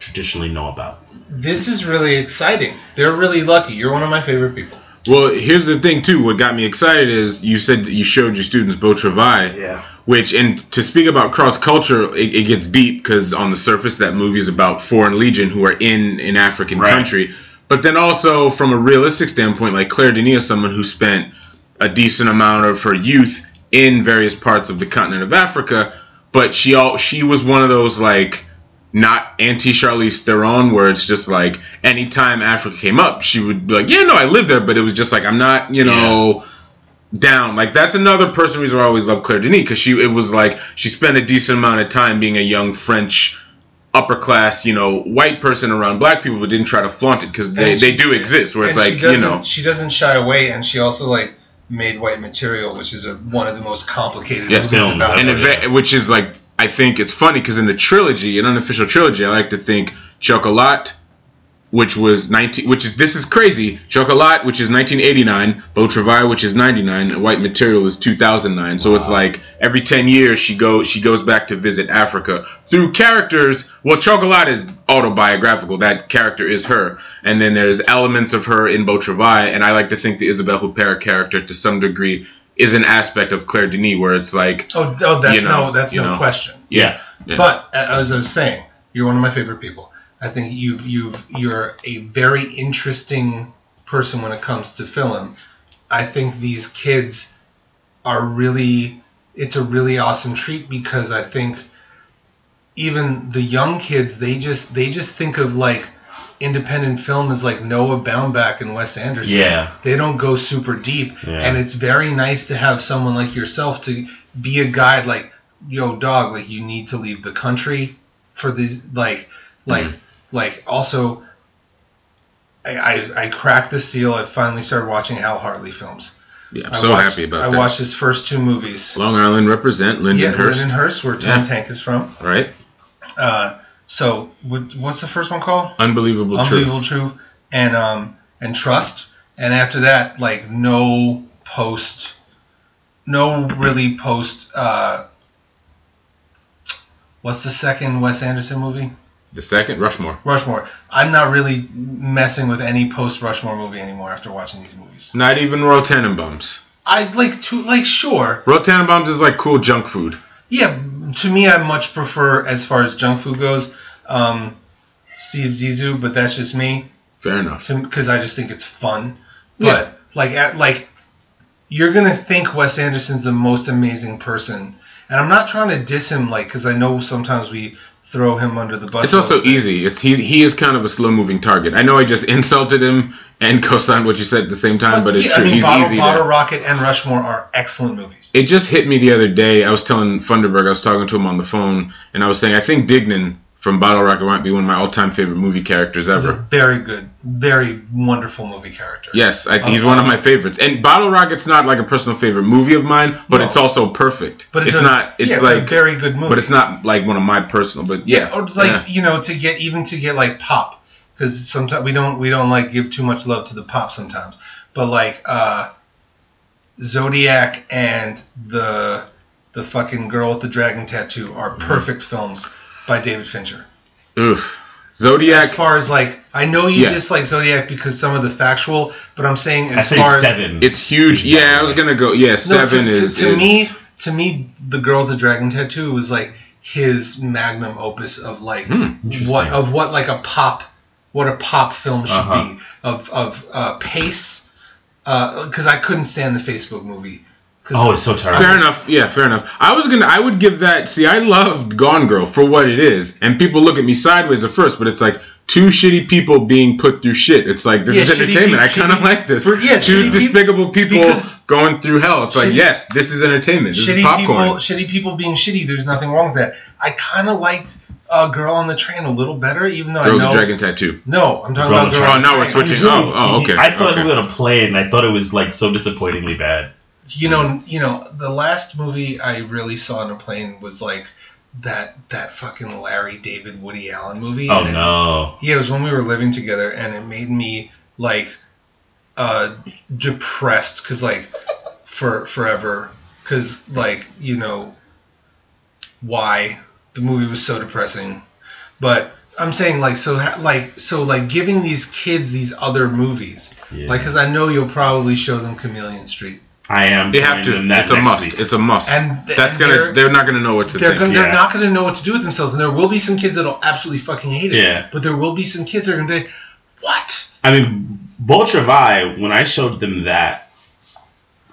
Speaker 1: traditionally know about.
Speaker 2: This is really exciting. They're really lucky. You're one of my favorite people.
Speaker 3: Well, here's the thing too. What got me excited is you said that you showed your students Beau Travail,
Speaker 1: Yeah.
Speaker 3: which, and to speak about cross culture, it, it gets deep because on the surface that movie's about foreign legion who are in an African
Speaker 1: Right.
Speaker 3: country, but then also from a realistic standpoint, like Claire Denis is someone who spent a decent amount of her youth in various parts of the continent of Africa, but she all she was one of those like not anti Charlize Theron, where it's just like anytime Africa came up, she would be like, yeah, no, I live there, but it was just like I'm not, you know, down. Like that's another person reason why I always love Claire Denis because she it was like she spent a decent amount of time being a young French upper class, you know, white person around black people, but didn't try to flaunt it because they,
Speaker 2: And she-
Speaker 3: they do exist. Where it's
Speaker 2: And she
Speaker 3: like you
Speaker 2: doesn't-
Speaker 3: know,
Speaker 2: she doesn't shy away, and she also like made white material, which is a, one of the most complicated
Speaker 3: Yeah,
Speaker 2: movies
Speaker 1: films,
Speaker 2: about.
Speaker 1: I
Speaker 3: and
Speaker 1: know.
Speaker 2: it.
Speaker 3: if it- which is like I think it's funny because in the trilogy, an unofficial trilogy, I like to think Chocolat, which was nineteen, which is this is crazy. Chocolat, which is nineteen eighty nine, Beau Travail, which is ninety nine, and White Material is two thousand nine. So it's like every ten years she goes she goes back to visit Africa through characters. Well, Chocolat is autobiographical. That character is her, and then there's elements of her in Beau Travail, and I like to think the Isabelle Huppert character to some degree. Is an aspect of Claire Denis where it's like
Speaker 2: oh, oh, that's
Speaker 3: you know,
Speaker 2: no, that's
Speaker 3: you
Speaker 2: no
Speaker 3: know.
Speaker 2: question.
Speaker 1: Yeah.
Speaker 3: Yeah.
Speaker 2: But uh, as I was saying, you're one of my favorite people. I think you've you've you're a very interesting person when it comes to film. I think these kids are really it's a really awesome treat because I think even the young kids they just they just think of like independent film as like Noah Baumbach and Wes Anderson
Speaker 1: Yeah.
Speaker 2: they don't go super deep
Speaker 1: Yeah.
Speaker 2: and it's very nice to have someone like yourself to be a guide like yo dog like you need to leave the country for these like like
Speaker 3: Hmm.
Speaker 2: like also I, I i cracked the seal i finally started watching hal hartley films
Speaker 3: Yeah, I'm
Speaker 2: I
Speaker 3: so
Speaker 2: watched-
Speaker 3: happy about
Speaker 2: i
Speaker 3: that.
Speaker 2: watched his first two movies
Speaker 3: Long Island represent
Speaker 2: yeah
Speaker 3: Lindenhurst,
Speaker 2: lindenhurst where tom
Speaker 3: Yeah.
Speaker 2: tank is from
Speaker 3: right?
Speaker 2: uh so what, what's the first one called
Speaker 3: Unbelievable,
Speaker 2: unbelievable truth. and um and trust and after that like no post no really post uh what's the second wes anderson movie
Speaker 3: truth. The second Rushmore.
Speaker 2: rushmore i'm not really messing with any post rushmore movie anymore after watching these movies
Speaker 3: Not even Royal Tenenbaums.
Speaker 2: i like to like sure
Speaker 3: Royal Tenenbaums is like cool junk food.
Speaker 2: yeah to me i much prefer as far as junk food goes um steve zissou but that's just me
Speaker 3: Fair enough.
Speaker 2: because I just think it's fun. But
Speaker 3: Yeah.
Speaker 2: like at like you're gonna think Wes Anderson's the most amazing person, and I'm not trying to diss him like because I know sometimes we throw him under the bus.
Speaker 3: It's also easy. It's he. He is kind of a slow-moving target. I know I just insulted him and co-signed what you said at the same time, but it's
Speaker 2: yeah,
Speaker 3: true.
Speaker 2: I mean,
Speaker 3: He's
Speaker 2: Bottle,
Speaker 3: easy.
Speaker 2: Bottle
Speaker 3: To,
Speaker 2: Rocket and Rushmore are excellent movies.
Speaker 3: it just hit me the other day. I was telling Funderburg, I was talking to him on the phone, and I was saying I think Dignan from Bottle Rocket might be one of my all-time favorite movie characters
Speaker 2: He's a
Speaker 3: ever.
Speaker 2: very good, very wonderful movie character.
Speaker 3: Yes, I,
Speaker 2: Oh,
Speaker 3: he's one of
Speaker 2: wow.
Speaker 3: my favorites. And Bottle Rocket's not like a personal favorite movie of mine, but
Speaker 2: No.
Speaker 3: it's also perfect.
Speaker 2: but it's, a,
Speaker 3: not. It's
Speaker 2: yeah,
Speaker 3: like,
Speaker 2: it's a very good movie.
Speaker 3: but it's not like one of my personal. But yeah,
Speaker 2: or like
Speaker 3: yeah.
Speaker 2: you know to get even to get like pop because sometimes we don't we don't like give too much love to the pop sometimes but like uh zodiac and the the fucking girl with the dragon tattoo are
Speaker 3: Mm-hmm.
Speaker 2: perfect films by david fincher
Speaker 3: Oof.
Speaker 2: as
Speaker 3: Zodiac.
Speaker 2: far as like i know you
Speaker 3: Yeah.
Speaker 2: dislike zodiac because some of the factual but i'm saying
Speaker 1: I
Speaker 2: as
Speaker 1: say
Speaker 2: far
Speaker 1: seven.
Speaker 3: It's huge. Yeah, I was gonna go. Yeah,
Speaker 2: no, to-
Speaker 3: seven
Speaker 2: to,
Speaker 3: is.
Speaker 2: to
Speaker 3: is-
Speaker 2: me to me the girl with the dragon tattoo was like his magnum opus of like
Speaker 3: Hmm.
Speaker 1: Interesting.
Speaker 2: what of what like a pop what a pop film should
Speaker 1: Uh-huh.
Speaker 2: be of of uh, pace. Because I couldn't stand the Facebook movie. 'Cause-
Speaker 1: Oh, it's so terrible.
Speaker 3: Fair enough. Yeah, fair enough. I was gonna. I would give that. See, I loved Gone Girl for what it is, and people look at me sideways at first, but it's like two shitty people being put through shit. It's like this
Speaker 2: Yeah,
Speaker 3: is
Speaker 2: shitty
Speaker 3: entertainment. I
Speaker 2: peop-
Speaker 3: kind of
Speaker 2: shitty-
Speaker 3: like this.
Speaker 2: for- yeah,
Speaker 3: two
Speaker 2: shitty peop-
Speaker 3: despicable people
Speaker 2: because-
Speaker 3: going through hell. It's like
Speaker 2: Shitty-
Speaker 3: yes, this is entertainment. This is
Speaker 2: shitty
Speaker 3: popcorn.
Speaker 2: people, shitty people being shitty. There's nothing wrong with that. I kind of liked uh, Girl on the Train a little better, even though
Speaker 3: Girl
Speaker 2: I
Speaker 3: with
Speaker 2: know.
Speaker 3: the dragon tattoo.
Speaker 2: No, I'm talking
Speaker 1: Girl on
Speaker 2: about Girl.
Speaker 1: the Train.
Speaker 2: on the
Speaker 3: Oh, now we're
Speaker 2: Train.
Speaker 3: switching- oh, oh, okay,
Speaker 1: I saw
Speaker 3: okay.
Speaker 1: it on a plane, and I thought it was like so disappointingly bad.
Speaker 2: You know, you know, the last movie I really saw on a plane was like that that fucking Larry David Woody Allen movie.
Speaker 1: Oh
Speaker 2: And it-
Speaker 1: no.
Speaker 2: Yeah, it was when we were living together, and it made me like uh depressed because like for forever because like you know why the movie was so depressing but i'm saying like so ha- like so like giving these kids these other movies
Speaker 1: Yeah.
Speaker 2: like because i know you'll probably show them chameleon street
Speaker 1: I am.
Speaker 3: They have
Speaker 1: doing
Speaker 3: to.
Speaker 1: them that
Speaker 3: It's a
Speaker 1: next
Speaker 3: must.
Speaker 1: week.
Speaker 3: It's a must.
Speaker 2: and th-
Speaker 3: That's
Speaker 2: and
Speaker 3: gonna. They're,
Speaker 2: they're,
Speaker 3: not gonna know what to
Speaker 2: they're,
Speaker 3: think.
Speaker 2: gonna, they're
Speaker 1: yeah.
Speaker 2: not gonna know what to do with themselves and there will be some kids that'll absolutely fucking hate it
Speaker 1: Yeah.
Speaker 2: but there will be some kids that are gonna be like what
Speaker 1: I mean, Bolchevai, when I showed them that,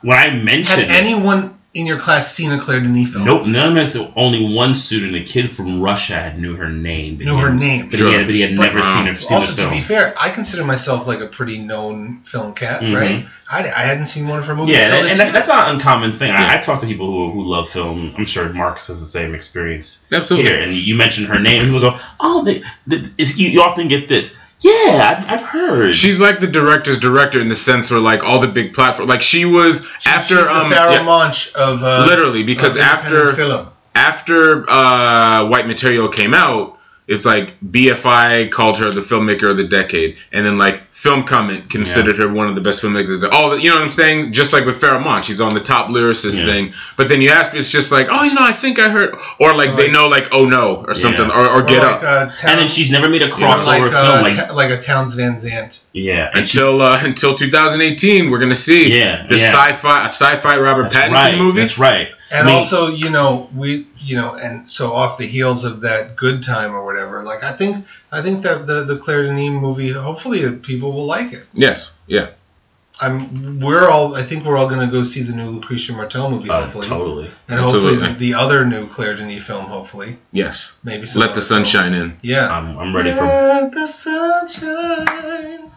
Speaker 1: when I
Speaker 2: Had
Speaker 1: mentioned it-
Speaker 2: anyone in your class seen a Claire Denis film?
Speaker 1: Nope, none of us. Only one student, a kid from Russia, had knew her name. but
Speaker 2: Knew
Speaker 1: he
Speaker 2: her
Speaker 1: had-
Speaker 2: name.
Speaker 1: but,
Speaker 3: Sure.
Speaker 1: he had, but he had
Speaker 2: But,
Speaker 1: never
Speaker 3: um,
Speaker 1: seen her. Seen the
Speaker 2: Also, to
Speaker 1: film.
Speaker 2: be fair, I consider myself like a pretty known film cat,
Speaker 1: Mhm.
Speaker 2: right? I, I hadn't seen one of her movies.
Speaker 1: yeah,
Speaker 2: until
Speaker 1: and,
Speaker 2: this
Speaker 1: and that,
Speaker 2: year.
Speaker 1: that's not an uncommon thing.
Speaker 3: Yeah.
Speaker 1: I, I talk to people who, who love film. I'm sure Marcus has the same experience
Speaker 3: Absolutely.
Speaker 1: here. And you mention her name, and people go, "Oh, they, the is, you, you often get this." Yeah, I've, I've heard.
Speaker 3: She's like the director's director in the sense where like all the big platform. Like she was
Speaker 2: She's-
Speaker 3: after
Speaker 2: she's the
Speaker 3: um.
Speaker 2: Farrah
Speaker 3: yeah,
Speaker 2: Monch of uh,
Speaker 3: literally because
Speaker 2: of independent
Speaker 3: after
Speaker 2: film.
Speaker 3: after uh, White Material came out, it's like BFI called her the filmmaker of the decade, and then like Film Comment considered her one of the best filmmakers. Of the, all the, you know what I'm saying? Just like with Farrah Monch, she's on the top lyricist
Speaker 1: Yeah.
Speaker 3: thing. But then you ask me, it's just like, oh, you know, I think I heard, or like
Speaker 2: Or
Speaker 3: they
Speaker 2: like-
Speaker 3: know, like, oh no, or something,
Speaker 1: Yeah.
Speaker 3: or, or,
Speaker 2: Or
Speaker 3: Get
Speaker 2: like,
Speaker 3: Up.
Speaker 2: uh, Town-
Speaker 1: and then she's never made a
Speaker 2: or
Speaker 1: crossover
Speaker 2: like, uh,
Speaker 1: film. Like,
Speaker 2: Ta- like a Towns Van Zandt.
Speaker 1: yeah, and she-
Speaker 3: until uh, until 2018, we're gonna see
Speaker 1: Yeah,
Speaker 3: the
Speaker 1: yeah.
Speaker 3: sci-fi a sci-fi Robert
Speaker 1: that's
Speaker 3: Pattinson
Speaker 1: right.
Speaker 3: movie.
Speaker 1: That's right.
Speaker 2: And
Speaker 1: Me.
Speaker 2: also, you know, we, you know, and so off the heels of that Good Time or whatever, like I think, I think that the the Claire Denis movie, hopefully, people will like it.
Speaker 3: Yes, yeah,
Speaker 2: I'm we're all I think we're all gonna go see the new Lucretia Martel movie
Speaker 1: Uh,
Speaker 2: hopefully.
Speaker 1: totally.
Speaker 2: And hopefully the,
Speaker 3: Absolutely.
Speaker 2: the other new Claire Denis film hopefully.
Speaker 3: yes.
Speaker 2: Maybe some
Speaker 3: Let the
Speaker 2: other
Speaker 3: sun
Speaker 2: films.
Speaker 3: shine in.
Speaker 2: Yeah.
Speaker 1: I'm, I'm ready for.
Speaker 2: Let the sunshine.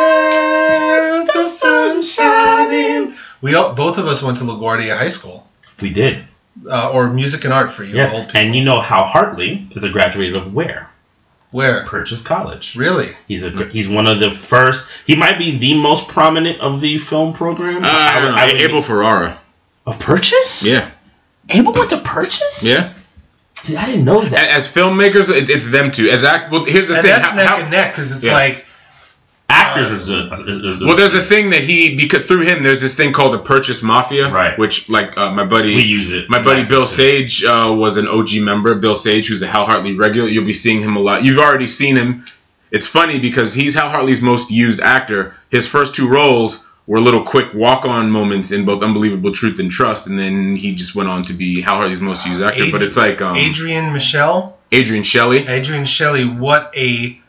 Speaker 2: Let the sunshine in. We all, both of us went to LaGuardia High School,
Speaker 1: We did.
Speaker 2: uh, or music and art for you
Speaker 1: Yes,
Speaker 2: old people.
Speaker 1: and you know how Hartley is a graduate of where?
Speaker 2: Where?
Speaker 1: Purchase College.
Speaker 2: Really?
Speaker 1: He's a gr- he's one of the first. He might be the most prominent of the film program.
Speaker 3: Uh,
Speaker 1: I would- I would-
Speaker 3: Abel Ferrara.
Speaker 1: of Purchase.
Speaker 3: Yeah,
Speaker 1: Abel went to Purchase.
Speaker 3: yeah. uh,
Speaker 1: Dude, I didn't know that.
Speaker 3: A- As filmmakers, it, it's them two. As act, well, here's the
Speaker 2: And
Speaker 3: thing.
Speaker 2: that's
Speaker 3: how-
Speaker 2: neck
Speaker 3: how-
Speaker 2: and neck because it's
Speaker 3: Yeah.
Speaker 2: like
Speaker 1: Actors is a, is, is
Speaker 3: well, there's a thing that he because through him, there's this thing called the Purchase Mafia,
Speaker 1: Right.
Speaker 3: Which, like, uh, my
Speaker 1: we
Speaker 3: buddy,
Speaker 1: use it.
Speaker 3: my buddy
Speaker 1: Right.
Speaker 3: Bill Sage uh, was an OG member. Bill Sage, who's a Hal Hartley regular, you'll be seeing him a lot. You've already seen him. It's funny because he's Hal Hartley's most used actor. His first two roles were little quick walk-on moments in both Unbelievable Truth and Trust, and then he just went on to be Hal Hartley's most used actor. but
Speaker 2: Adri-
Speaker 3: it's like um,
Speaker 2: Adrian Michelle.
Speaker 3: Adrian Shelley.
Speaker 2: Adrian Shelley, what a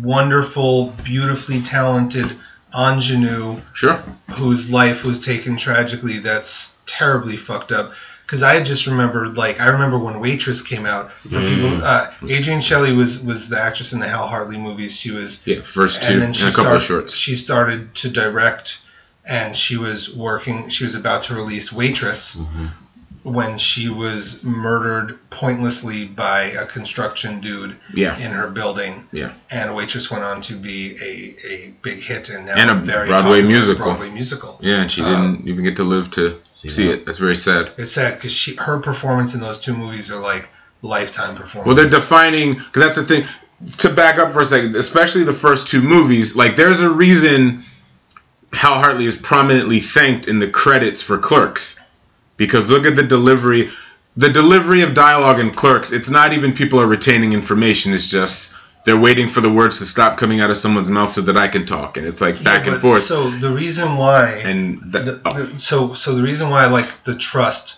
Speaker 2: wonderful, beautifully talented ingenue
Speaker 3: Sure.
Speaker 2: whose life was taken tragically. That's terribly fucked up. Because I just remembered, like, I remember when Waitress came out. For
Speaker 1: Mm.
Speaker 2: people, uh, Adrian Shelley was was the actress in the Hal Hartley movies. She was,
Speaker 3: Yeah, first
Speaker 2: and
Speaker 3: two and,
Speaker 2: then
Speaker 3: a
Speaker 2: she
Speaker 3: couple
Speaker 2: started.
Speaker 3: of shorts.
Speaker 2: She started to direct, and she was working. She was about to release Waitress
Speaker 3: Mm-hmm.
Speaker 1: Mhm.
Speaker 2: when she was murdered pointlessly by a construction dude
Speaker 3: Yeah.
Speaker 2: in her building.
Speaker 3: Yeah.
Speaker 2: And Waitress went on to be a, a big hit and now
Speaker 3: And a
Speaker 2: very
Speaker 3: Broadway
Speaker 2: popular
Speaker 3: musical.
Speaker 2: Broadway musical.
Speaker 3: Yeah, and she
Speaker 2: Um,
Speaker 3: didn't even get to live to
Speaker 1: See
Speaker 3: see
Speaker 1: that.
Speaker 3: it. That's very sad.
Speaker 2: It's sad because she her performance in those two movies are like lifetime performances.
Speaker 3: Well, they're defining because that's the thing. To back up for a second, especially the first two movies, like there's a reason Hal Hartley is prominently thanked in the credits for Clerks, because look at the delivery, the delivery of dialogue in Clerks. It's not even people are retaining information. It's just they're waiting for the words to stop coming out of someone's mouth so that I can talk, and it's like
Speaker 2: Yeah,
Speaker 3: back and
Speaker 2: but-
Speaker 3: forth.
Speaker 2: So the reason why,
Speaker 3: and that,
Speaker 2: the, the, so so the reason why I like the trust,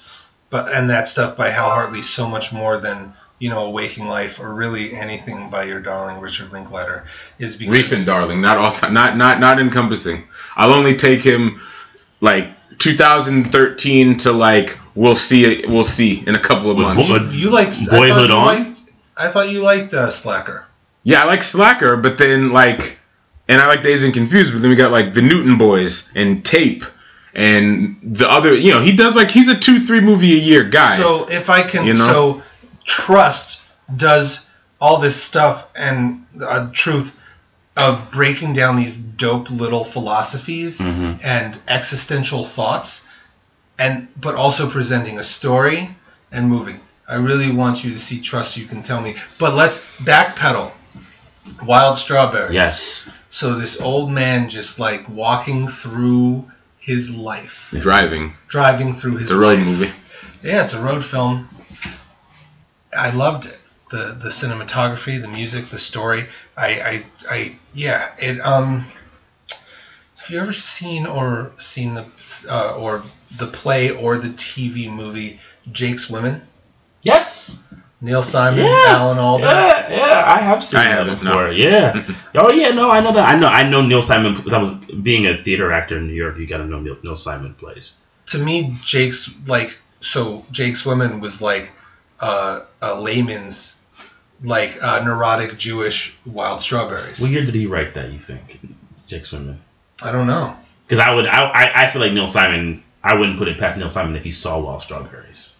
Speaker 2: but and that stuff by Hal Hartley so much more than you know, Waking Life or really anything by your darling Richard Linklater is because
Speaker 3: Recent darling, not all time, not not not encompassing. I'll only take him like 2013 to like we'll see it, we'll see in a couple of months.
Speaker 2: you, you like
Speaker 1: Boyhood
Speaker 2: I
Speaker 1: on?
Speaker 2: thought you Liked, I thought you liked uh, Slacker.
Speaker 3: Yeah, I like Slacker, but then like, and I like Days and Confused, but then we got like the Newton Boys and Tape and the other. You know, he does like he's a two three movie a year guy.
Speaker 2: So if I can,
Speaker 3: You know?
Speaker 2: so Trust does all this stuff and uh, truth of breaking down these dope little philosophies
Speaker 3: Mm-hmm.
Speaker 2: and existential thoughts, and but also presenting a story and moving. I really want you to see Trust. You can tell me, but let's backpedal. Wild strawberries.
Speaker 1: Yes.
Speaker 2: So this old man just like walking through his life,
Speaker 3: Driving,
Speaker 2: driving through his
Speaker 3: it's a road
Speaker 2: life.
Speaker 3: movie.
Speaker 2: Yeah, it's a road film. I loved it. The the cinematography, the music, the story. I I, I yeah, it um have you ever seen or seen the uh, or the play or the TV movie Jake's Women?
Speaker 1: Yes.
Speaker 2: Neil Simon,
Speaker 1: Yeah.
Speaker 2: Alan Alda.
Speaker 1: Yeah, yeah, I have seen
Speaker 3: I
Speaker 1: that
Speaker 3: haven't, no.
Speaker 1: before. Yeah. oh yeah, no, I know that. I know. I know Neil Simon because I was being a theater actor in New York. You gotta know Neil, Neil Simon plays.
Speaker 2: to me, Jake's like so Jake's woman was like uh, a layman's like uh, neurotic Jewish wild strawberries.
Speaker 1: What year did he write that? You think, Jake Swinman?
Speaker 2: I don't know.
Speaker 1: Because I would. I, I I feel like Neil Simon. I wouldn't put it past Neil Simon if he saw Wild Strawberries.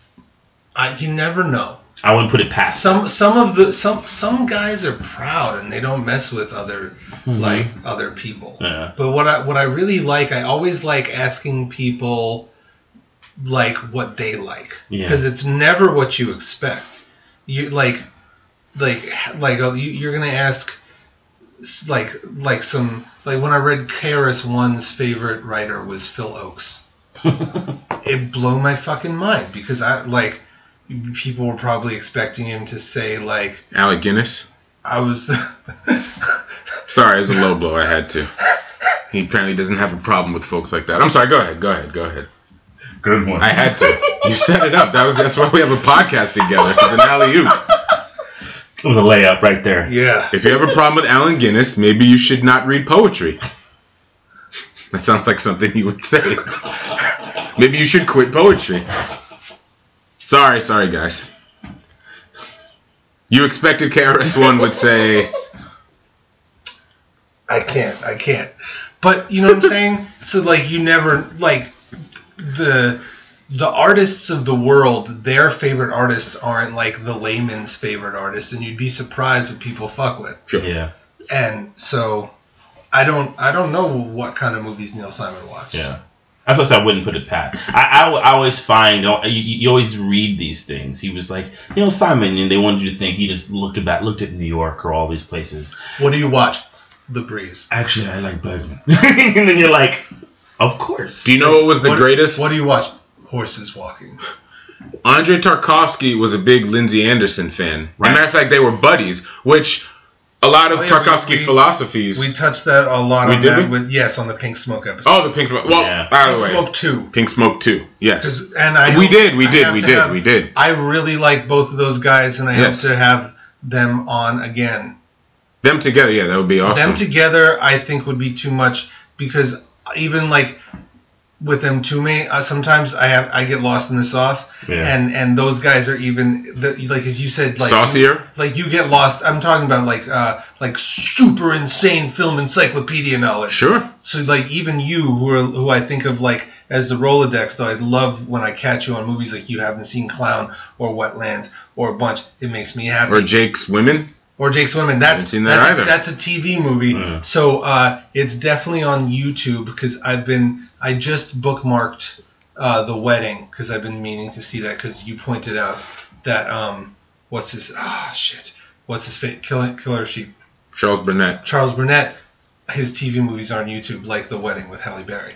Speaker 2: I, you never know.
Speaker 1: I wouldn't put it past.
Speaker 2: Some some of the some some guys are proud and they don't mess with other
Speaker 1: Mm-hmm.
Speaker 2: like other people.
Speaker 1: Yeah.
Speaker 2: But what I what I really like, I always like asking people like what they like
Speaker 1: Yeah.
Speaker 2: because it's never what you expect. You like like like uh, you, you're gonna ask s- like like some like when I read Karis One's favorite writer was Phil Oakes. it blew my fucking mind because I like people were probably expecting him to say like
Speaker 3: Alec Guinness.
Speaker 2: I was
Speaker 3: Sorry, it was a low blow. I had to. He apparently doesn't have a problem with folks like that. I'm sorry. Go ahead. Go ahead. Go ahead.
Speaker 1: Good one.
Speaker 3: I had to. You set it up. That was that's why we have a podcast together. It's an alley oop.
Speaker 1: it was a layup right there.
Speaker 2: yeah.
Speaker 3: If you have a problem with Alan Guinness, maybe you should not read poetry. That sounds like something you would say. Maybe you should quit poetry. Sorry, sorry, guys. You expected KRS1 would say,
Speaker 2: I can't. I can't. But you know what I'm saying? So like you never like the the artists of the world, their favorite artists aren't like the layman's favorite artists and you'd be surprised what people fuck with.
Speaker 1: Yeah.
Speaker 2: And so I don't I don't know what kind of movies Neil Simon watched.
Speaker 1: Yeah. That's what I said I wouldn't put it past. I, I, I always find, oh, you, you always read these things. He was like, you know, Simon, and they wanted you to think he just looked at that, looked at New York or all these places.
Speaker 2: What do you watch? The Breeze.
Speaker 1: Actually, I like Bergman. and then you're like, of course.
Speaker 3: Do you know what was the
Speaker 2: What-
Speaker 3: greatest?
Speaker 2: What do you watch? Horses Walking.
Speaker 3: Andre Tarkovsky was a big Lindsay Anderson fan. As
Speaker 1: Right.
Speaker 3: a matter of fact, they were buddies, which a lot of
Speaker 2: Oh, yeah, we-
Speaker 3: Tarkovsky
Speaker 2: we-
Speaker 3: philosophies.
Speaker 2: We touched that a lot
Speaker 3: We
Speaker 2: on
Speaker 3: did
Speaker 2: that
Speaker 3: we?
Speaker 2: with yes on the Pink Smoke episode.
Speaker 3: oh, the Pink Smoke. Well,
Speaker 1: Yeah.
Speaker 3: by
Speaker 2: Pink
Speaker 3: the way,
Speaker 2: Smoke Two.
Speaker 3: Pink Smoke too. Yes.
Speaker 2: 'Cause- and I
Speaker 3: We
Speaker 2: hope-
Speaker 3: did, we
Speaker 2: I
Speaker 3: did,
Speaker 2: have
Speaker 3: we
Speaker 2: to
Speaker 3: did,
Speaker 2: have-
Speaker 3: we did.
Speaker 2: I really like both of those guys, and I
Speaker 3: Yes.
Speaker 2: hope to have them on again.
Speaker 3: Them together, yeah, that would be awesome.
Speaker 2: Them together, I think, would be too much because even like with them two me, uh, sometimes I have I get lost in the sauce,
Speaker 1: Yeah.
Speaker 2: and and those guys are even the, like as you said, like
Speaker 3: Saucier?
Speaker 2: like you get lost. I'm talking about like uh like super insane film encyclopedia knowledge.
Speaker 3: Sure.
Speaker 2: So like even you who are who I think of like as the Rolodex though I love when I catch you on movies like you haven't seen Clown or Wetlands or a bunch it makes me happy
Speaker 3: Or Jake's Women.
Speaker 2: or Jake's Women that's
Speaker 3: Haven't seen that
Speaker 2: that's,
Speaker 3: either. Mm.
Speaker 2: that's a TV movie
Speaker 1: Yeah.
Speaker 2: so uh, it's definitely on YouTube because I've been I just bookmarked uh, the wedding because I've been meaning to see that because you pointed out that um what's his ah shit what's his fate Killer Killer Sheep
Speaker 3: Charles Burnett.
Speaker 2: Charles Burnett his TV movies are on YouTube like the wedding with Halle Berry.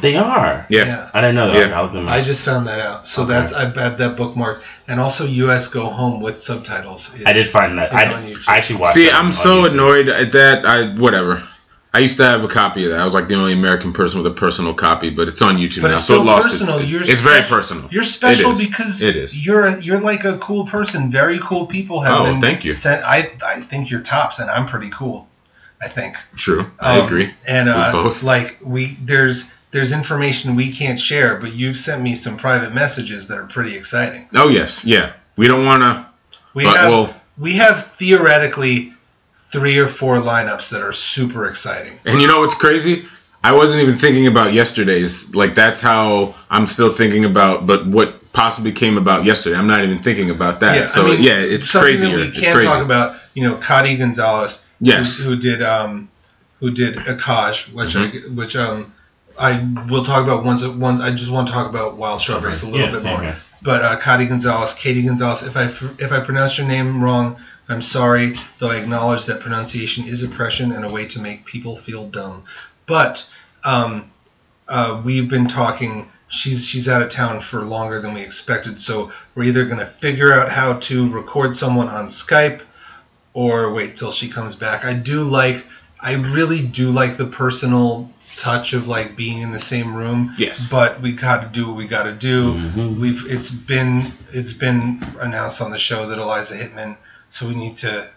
Speaker 1: They are.
Speaker 3: Yeah.
Speaker 1: I didn't know that.
Speaker 3: Yeah.
Speaker 1: Okay, I'll look them up.
Speaker 2: I just found that out. So that's I have that bookmark, and also U.S. Go Home with subtitles. Is,
Speaker 1: I did find that.
Speaker 2: It's
Speaker 1: I,
Speaker 2: on YouTube.
Speaker 1: I actually watched
Speaker 3: See,
Speaker 1: that
Speaker 3: I'm
Speaker 1: on
Speaker 3: so
Speaker 1: YouTube.
Speaker 3: annoyed at that. I whatever. I used to have a copy of that. I was like the only American person with a personal copy, but it's on YouTube
Speaker 2: But
Speaker 3: now.
Speaker 2: it's
Speaker 3: so
Speaker 2: so
Speaker 3: it lost
Speaker 2: personal.
Speaker 3: Its,
Speaker 2: You're
Speaker 3: it's very
Speaker 2: special.
Speaker 3: personal.
Speaker 2: You're special
Speaker 3: is.
Speaker 2: because
Speaker 3: It is.
Speaker 2: you're you're like a cool person. Very cool people have
Speaker 3: Oh,
Speaker 2: been
Speaker 3: thank you.
Speaker 2: sent. I I think you're tops, and I'm pretty cool. I think.
Speaker 3: True. I
Speaker 2: Um,
Speaker 3: agree.
Speaker 2: And
Speaker 3: We
Speaker 2: uh,
Speaker 3: both.
Speaker 2: like we there's there's information we can't share, but you've sent me some private messages that are pretty exciting.
Speaker 3: Oh yes, yeah. We don't want to,
Speaker 2: We
Speaker 3: but
Speaker 2: have
Speaker 3: well,
Speaker 2: we have theoretically three or four lineups that are super exciting.
Speaker 3: and you know what's crazy? I wasn't even thinking about yesterday's. Like that's how I'm still thinking about, but what possibly came about yesterday. I'm not even thinking about that. so yeah, it's
Speaker 2: something
Speaker 3: crazier.
Speaker 2: That we
Speaker 3: It's
Speaker 2: can't talk
Speaker 3: crazy.
Speaker 2: about you know Cody Gonzalez, who-
Speaker 3: Yes.
Speaker 2: who, did um, who did Akash, which
Speaker 3: Mm-hmm.
Speaker 2: I, which um, I will talk about once once. I just want to talk about Wild Strawberries a little
Speaker 1: Yeah,
Speaker 2: bit
Speaker 1: same
Speaker 2: more.
Speaker 1: here.
Speaker 2: But uh, Cody Gonzalez, Katie Gonzalez. If I if I pronounce your name wrong, I'm sorry. Though I acknowledge that pronunciation is oppression and a way to make people feel dumb. But um, uh, we've been talking. She's she's out of town for longer than we expected, so we're either going to figure out how to record someone on Skype, or wait till she comes back. I do like. I really do like the personal touch of like being in the same room.
Speaker 3: Yes.
Speaker 2: But we got to do what we got to do.
Speaker 1: Mhm.
Speaker 2: We've it's been it's been announced on the show that Eliza Hitman. So we need to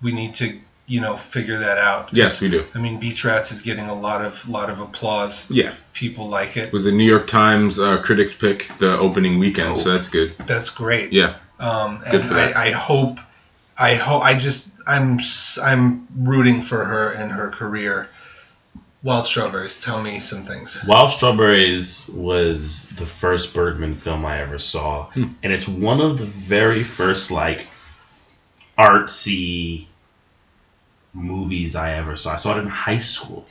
Speaker 2: we need to you know figure that out.
Speaker 3: Yes, we do.
Speaker 2: I mean, Beach Rats is getting a lot of lot of applause.
Speaker 3: Yeah,
Speaker 2: People like it.
Speaker 3: it was the New York Times uh, critics pick the opening weekend,
Speaker 2: Oh.
Speaker 3: so that's good.
Speaker 2: That's great.
Speaker 3: Yeah,
Speaker 2: Um,
Speaker 3: Good
Speaker 2: and
Speaker 3: for that.
Speaker 2: I, I hope, I hope, I just, I'm, s- I'm rooting for her and her career. Wild Strawberries, tell me some things.
Speaker 1: Wild Strawberries was the first Bergman film I ever saw, and it's one of the very first like artsy movies I ever saw. I saw it in high school.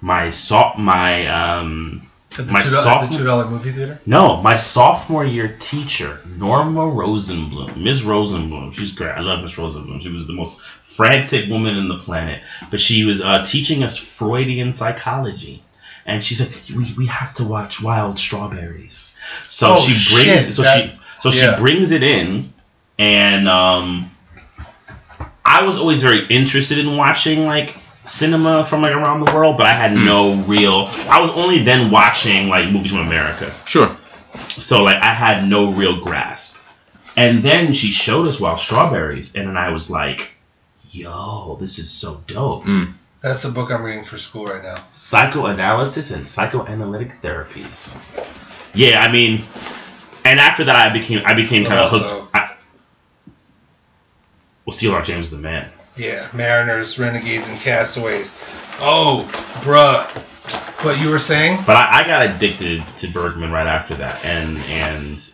Speaker 1: My so my um
Speaker 2: At the,
Speaker 1: My
Speaker 2: $2, at the
Speaker 1: sophomore-
Speaker 2: two dollar movie theater.
Speaker 1: no my sophomore year teacher Norma Rosenblum, Miss Rosenblum. She's great. I love Miss Rosenblum. She was the most frantic woman in the planet, but she was uh, teaching us Freudian psychology. And she said, "We, we have to watch Wild Strawberries." So
Speaker 2: Oh,
Speaker 1: she brings
Speaker 2: shit,
Speaker 1: so
Speaker 2: that-
Speaker 1: she so
Speaker 2: yeah.
Speaker 1: she brings it in, and um, I was always very interested in watching like cinema from like around the world, but I
Speaker 2: Hmm.
Speaker 1: had no real. I was only then watching like movies from America,
Speaker 3: sure.
Speaker 1: so like I had no real grasp. And then she showed us Wild Strawberries, and then I was like, "Yo, this is so dope."
Speaker 2: That's the book I'm reading for school right now.
Speaker 1: psychoanalysis and psychoanalytic therapies. Yeah, I mean, and after that, I became I became
Speaker 2: But
Speaker 1: kind of
Speaker 2: also-
Speaker 1: hooked. I, well, C.L.R. James is the man.
Speaker 2: Yeah, Mariners, Renegades, and Castaways. Oh, bruh. What you were saying?
Speaker 1: But I, I got addicted to Bergman right after that, and and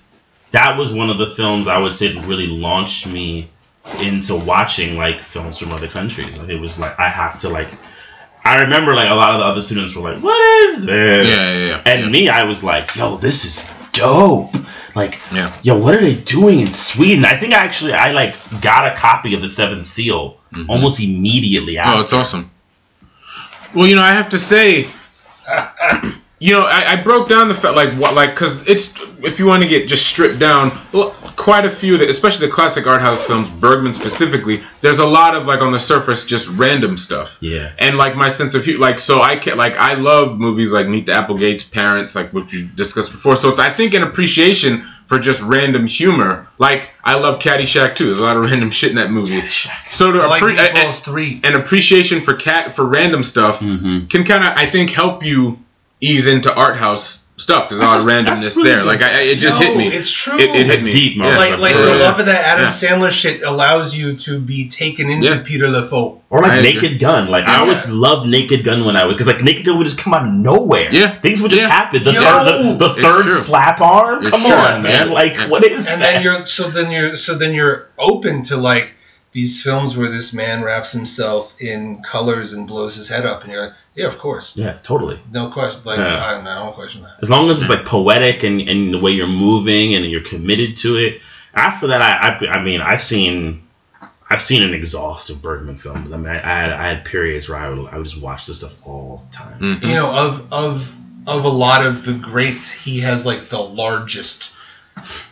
Speaker 1: that was one of the films I would say that really launched me into watching like films from other countries. Like it was like I have to like. I remember like a lot of the other students were like, "What is
Speaker 3: Yeah,
Speaker 1: this?"
Speaker 3: yeah, yeah.
Speaker 1: And
Speaker 3: yeah.
Speaker 1: me, I was like, yo, this is dope. Like,
Speaker 3: Yeah.
Speaker 1: yo, what are they doing in Sweden? I think I actually, I like got a copy of The Seventh Seal
Speaker 3: Mhm.
Speaker 1: almost immediately
Speaker 3: Oh,
Speaker 1: after.
Speaker 3: it's awesome. Well, you know, I have to say, you know, I, I broke down the fact, like, what, like, because it's if you want to get just stripped down, l- quite a few that, especially the classic art house films, Bergman specifically, there's a lot of like on the surface just random stuff.
Speaker 1: Yeah.
Speaker 3: And like my sense of humor, like so I can like I love movies like Meet the Applegate's Parents, like what you discussed before. So it's I think an appreciation for just random humor. Like I love Caddyshack too. There's a lot of random shit in that movie. So to
Speaker 2: I like
Speaker 3: appre- a- a-
Speaker 2: Meatballs Three.
Speaker 3: an appreciation for cat for random stuff
Speaker 1: Mm-hmm.
Speaker 3: can kind of I think help you ease into art house stuff because a lot of
Speaker 1: That's- that's
Speaker 3: randomness
Speaker 1: really
Speaker 3: there.
Speaker 1: good.
Speaker 3: Like I, I- it just
Speaker 2: No,
Speaker 3: hit me.
Speaker 2: It's true.
Speaker 3: It, it hit
Speaker 1: That's
Speaker 3: me.
Speaker 1: deep, man.
Speaker 3: yeah.
Speaker 2: like like
Speaker 1: Yeah.
Speaker 2: the love of that Adam
Speaker 3: Yeah.
Speaker 2: Sandler shit allows you to be taken into
Speaker 3: Yeah.
Speaker 2: Peter LaFoe.
Speaker 1: Or like
Speaker 3: I agree.
Speaker 1: Naked Gun. Like, I
Speaker 2: Yeah.
Speaker 1: always loved Naked Gun when I would, because like Naked Gun would just come out of nowhere.
Speaker 3: Yeah.
Speaker 1: Things would just
Speaker 3: Yeah.
Speaker 1: happen. The,
Speaker 2: Yo!
Speaker 1: third, the, the
Speaker 3: It's
Speaker 1: third
Speaker 3: true.
Speaker 1: slap arm?
Speaker 3: It's
Speaker 1: Come
Speaker 3: true,
Speaker 1: on, man.
Speaker 3: yeah.
Speaker 1: Like,
Speaker 3: Yeah.
Speaker 1: what is
Speaker 2: and
Speaker 1: that?
Speaker 2: then you're so then you're so then you're open to like these films where this man wraps himself in colors and blows his head up, and you're like, yeah, of course,
Speaker 1: yeah, totally.
Speaker 2: no question, like
Speaker 1: Yeah.
Speaker 2: I, don't- I don't question that.
Speaker 1: as long as it's like poetic and, and the way you're moving and you're committed to it. After that, I, I, I mean, I've seen I've seen an exhaust of Bergman films. I mean, I, I had I had periods where I would I would just watch this stuff all the time.
Speaker 3: Mhm.
Speaker 2: You know, of of of a lot of the greats, he has like the largest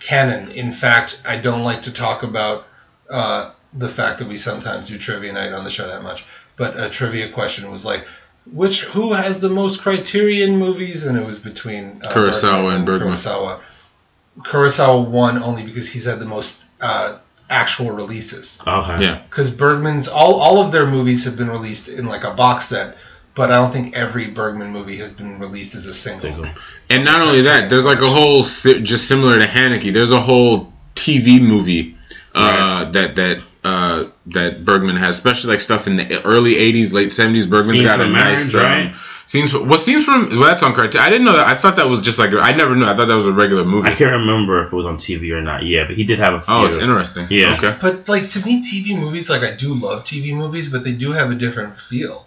Speaker 2: canon. In fact, I don't like to talk about uh, the fact that we sometimes do trivia night on the show that much, but a trivia question was like, which who has the most Criterion movies? And it was between uh,
Speaker 3: Kurosawa and Bergman.
Speaker 2: Kurosawa. Kurosawa won only because he's had the most uh, actual releases.
Speaker 1: Okay.
Speaker 3: Yeah.
Speaker 2: Because Bergman's all all of their movies have been released in like a box set, but I don't think every Bergman movie has been released as a single.
Speaker 1: Single.
Speaker 3: And not only that, there's like a whole si- just similar to Haneke. There's a whole TV movie uh, that that uh, that Bergman has, especially like stuff in the early '80s, late '70s. Bergman's
Speaker 1: Scenes
Speaker 3: got a
Speaker 1: from
Speaker 3: nice
Speaker 1: Marriage,
Speaker 3: um,
Speaker 1: right?
Speaker 3: scenes. Well, scenes from well, that's on Criterion. I didn't know that. I thought that was just like I never knew. I thought that was a regular movie.
Speaker 1: I can't remember if it was on TV or not. Yeah, but he did have a few.
Speaker 3: Oh, it's interesting.
Speaker 1: Yeah.
Speaker 3: Okay.
Speaker 2: But like to me, TV movies like I do love TV movies, but they do have a different feel.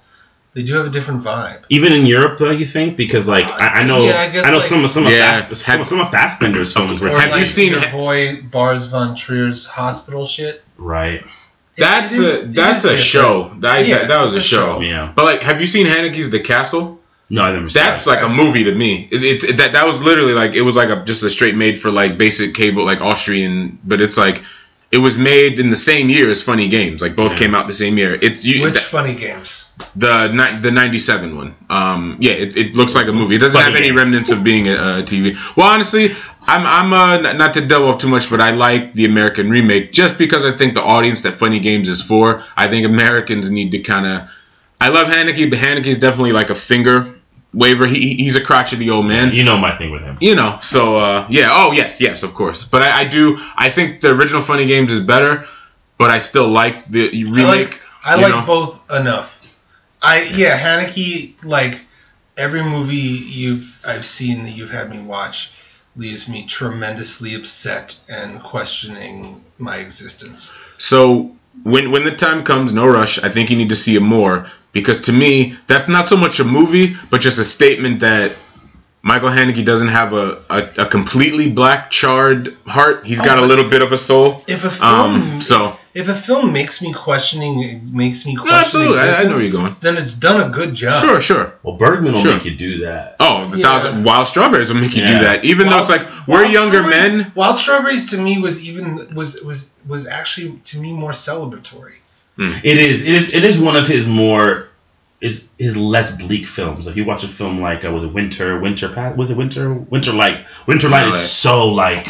Speaker 2: They do have a different vibe.
Speaker 1: Even in Europe, though, you think because like I, I know
Speaker 2: Yeah, I
Speaker 1: I,
Speaker 2: guess,
Speaker 1: know
Speaker 2: like-
Speaker 1: some of some of
Speaker 3: Yeah.
Speaker 1: Fast, some, of- some of Fassbender's films were
Speaker 2: Or
Speaker 3: Have
Speaker 1: TV.
Speaker 3: you
Speaker 2: like
Speaker 3: seen
Speaker 2: your
Speaker 3: Ha-
Speaker 2: boy Bars von Trier's hospital shit?
Speaker 1: right?
Speaker 2: It-
Speaker 3: That's
Speaker 2: it is-
Speaker 3: a
Speaker 2: it
Speaker 3: that's
Speaker 2: is
Speaker 3: a
Speaker 2: different.
Speaker 3: show. That,
Speaker 2: Yeah,
Speaker 3: that, that was a
Speaker 2: it's a
Speaker 3: show.
Speaker 1: Oh, Yeah.
Speaker 3: But like, have you seen Haneke's The Castle?
Speaker 1: No, I never.
Speaker 3: That's
Speaker 1: saw
Speaker 3: like a movie to me. It, it, that that was literally like it was like a just a straight made for like basic cable like Austrian, but it's like it was made in the same year as Funny Games. Like both
Speaker 1: Yeah.
Speaker 3: came out the same year. It's you
Speaker 2: Which
Speaker 3: th-
Speaker 2: funny games?
Speaker 3: the ni- the ninety seven one. Um, yeah, it, it looks like a movie. It doesn't
Speaker 1: Funny
Speaker 3: have any
Speaker 1: Games.
Speaker 3: remnants of being a, a TV. Well, honestly, I'm I'm uh, n- not to delve off too much, but I like the American remake just because I think the audience that Funny Games is for. I think Americans need to kind of. I love Haneke, but Haneke's definitely like a finger waver. He, he- he's a crotchety old man
Speaker 1: You know my thing with him.
Speaker 3: you know so uh, yeah oh yes yes of course but I, I do i think the original funny games is better but i still like the remake
Speaker 2: I like I
Speaker 3: you
Speaker 2: like
Speaker 3: know?
Speaker 2: both enough. I yeah, Haneke like every movie you've I've seen that you've had me watch leaves me tremendously upset and questioning my existence.
Speaker 3: so when when the time comes no rush i think you need to see it more because to me that's not so much a movie but just a statement that michael haneke doesn't have a, a, a completely black charred heart he's got
Speaker 2: Oh,
Speaker 3: a little bit of a soul
Speaker 2: If a film
Speaker 3: um so
Speaker 2: If a film makes me questioning, it makes me
Speaker 3: no,
Speaker 2: question
Speaker 3: absolutely I, I know
Speaker 2: existence,
Speaker 3: where you're going
Speaker 2: then it's done a good job.
Speaker 3: sure sure
Speaker 1: Well, Bergman will
Speaker 3: Sure.
Speaker 1: make you do that.
Speaker 3: Oh, the
Speaker 2: Yeah.
Speaker 3: thousand wild strawberries will make you
Speaker 1: Yeah.
Speaker 3: do that. Even
Speaker 2: Wild-
Speaker 3: though it's like we're
Speaker 2: Wild
Speaker 3: younger
Speaker 2: Strawberries-
Speaker 3: men.
Speaker 2: Wild Strawberries to me was even was was was actually to me more celebratory.
Speaker 1: It is. It is. It is one of his more is his less bleak films. Like you watch a film like uh, was it Winter Winter Pat was it Winter Winter Light Winter Light
Speaker 3: Light. Mm-hmm.
Speaker 1: is so like.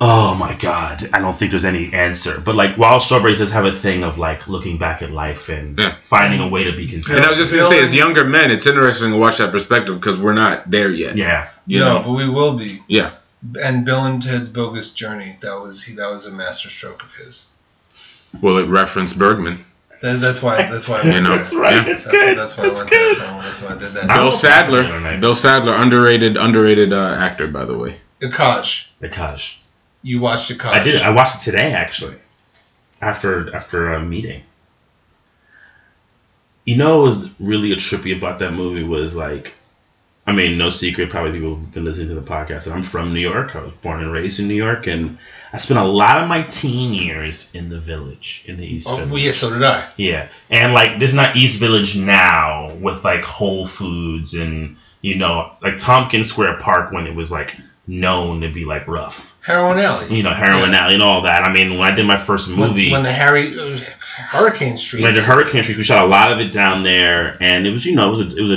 Speaker 1: Oh my God! I don't think there's any answer. But like, Wild Strawberries does have a thing of like looking back at life and
Speaker 3: Yeah.
Speaker 1: finding a way to be
Speaker 3: And I
Speaker 1: content.
Speaker 3: was just gonna say, as younger men, it's interesting to watch that perspective because we're not there yet.
Speaker 1: Yeah,
Speaker 3: You
Speaker 2: no,
Speaker 3: know.
Speaker 2: but we will be.
Speaker 3: Yeah.
Speaker 2: And Bill and Ted's Bogus Journey that was he that was a masterstroke of his.
Speaker 3: Well, it referenced Bergman.
Speaker 2: That's, that's why that's why I
Speaker 3: You
Speaker 2: went
Speaker 3: know.
Speaker 2: there.
Speaker 1: that's right.
Speaker 3: Yeah.
Speaker 1: That's,
Speaker 2: That's, why
Speaker 1: good.
Speaker 2: that's
Speaker 1: That's,
Speaker 2: why I went there.
Speaker 1: good.
Speaker 2: That's why, that's why I did that.
Speaker 1: I
Speaker 3: Bill
Speaker 1: was talking the other
Speaker 3: Sadler.
Speaker 1: night.
Speaker 3: Bill Sadler, underrated, underrated uh, actor, by the way.
Speaker 2: Akash,
Speaker 1: Akash.
Speaker 2: you watched Akash.
Speaker 1: I did. I watched it today actually, after after a meeting. You know, what was really a trippy about that movie was like, I mean, no secret. Probably people have been listening to the podcast. I'm from New York. I was born and raised in New York, and I spent a lot of my teen years in the village in the East.
Speaker 2: Oh,
Speaker 1: Village.
Speaker 2: well, yeah, so did I.
Speaker 1: Yeah, and like there's not East Village now with like Whole Foods and you know like Tompkins Square Park when it was like known to be like rough,
Speaker 2: Heroin Alley.
Speaker 1: you know, heroin
Speaker 2: Yeah.
Speaker 1: alley and all that. I mean, when I did my first movie,
Speaker 2: When, when the Harry uh, Hurricane Street.
Speaker 1: like the Hurricane Streets, we shot a lot of it down there, and it was you know it was a, it was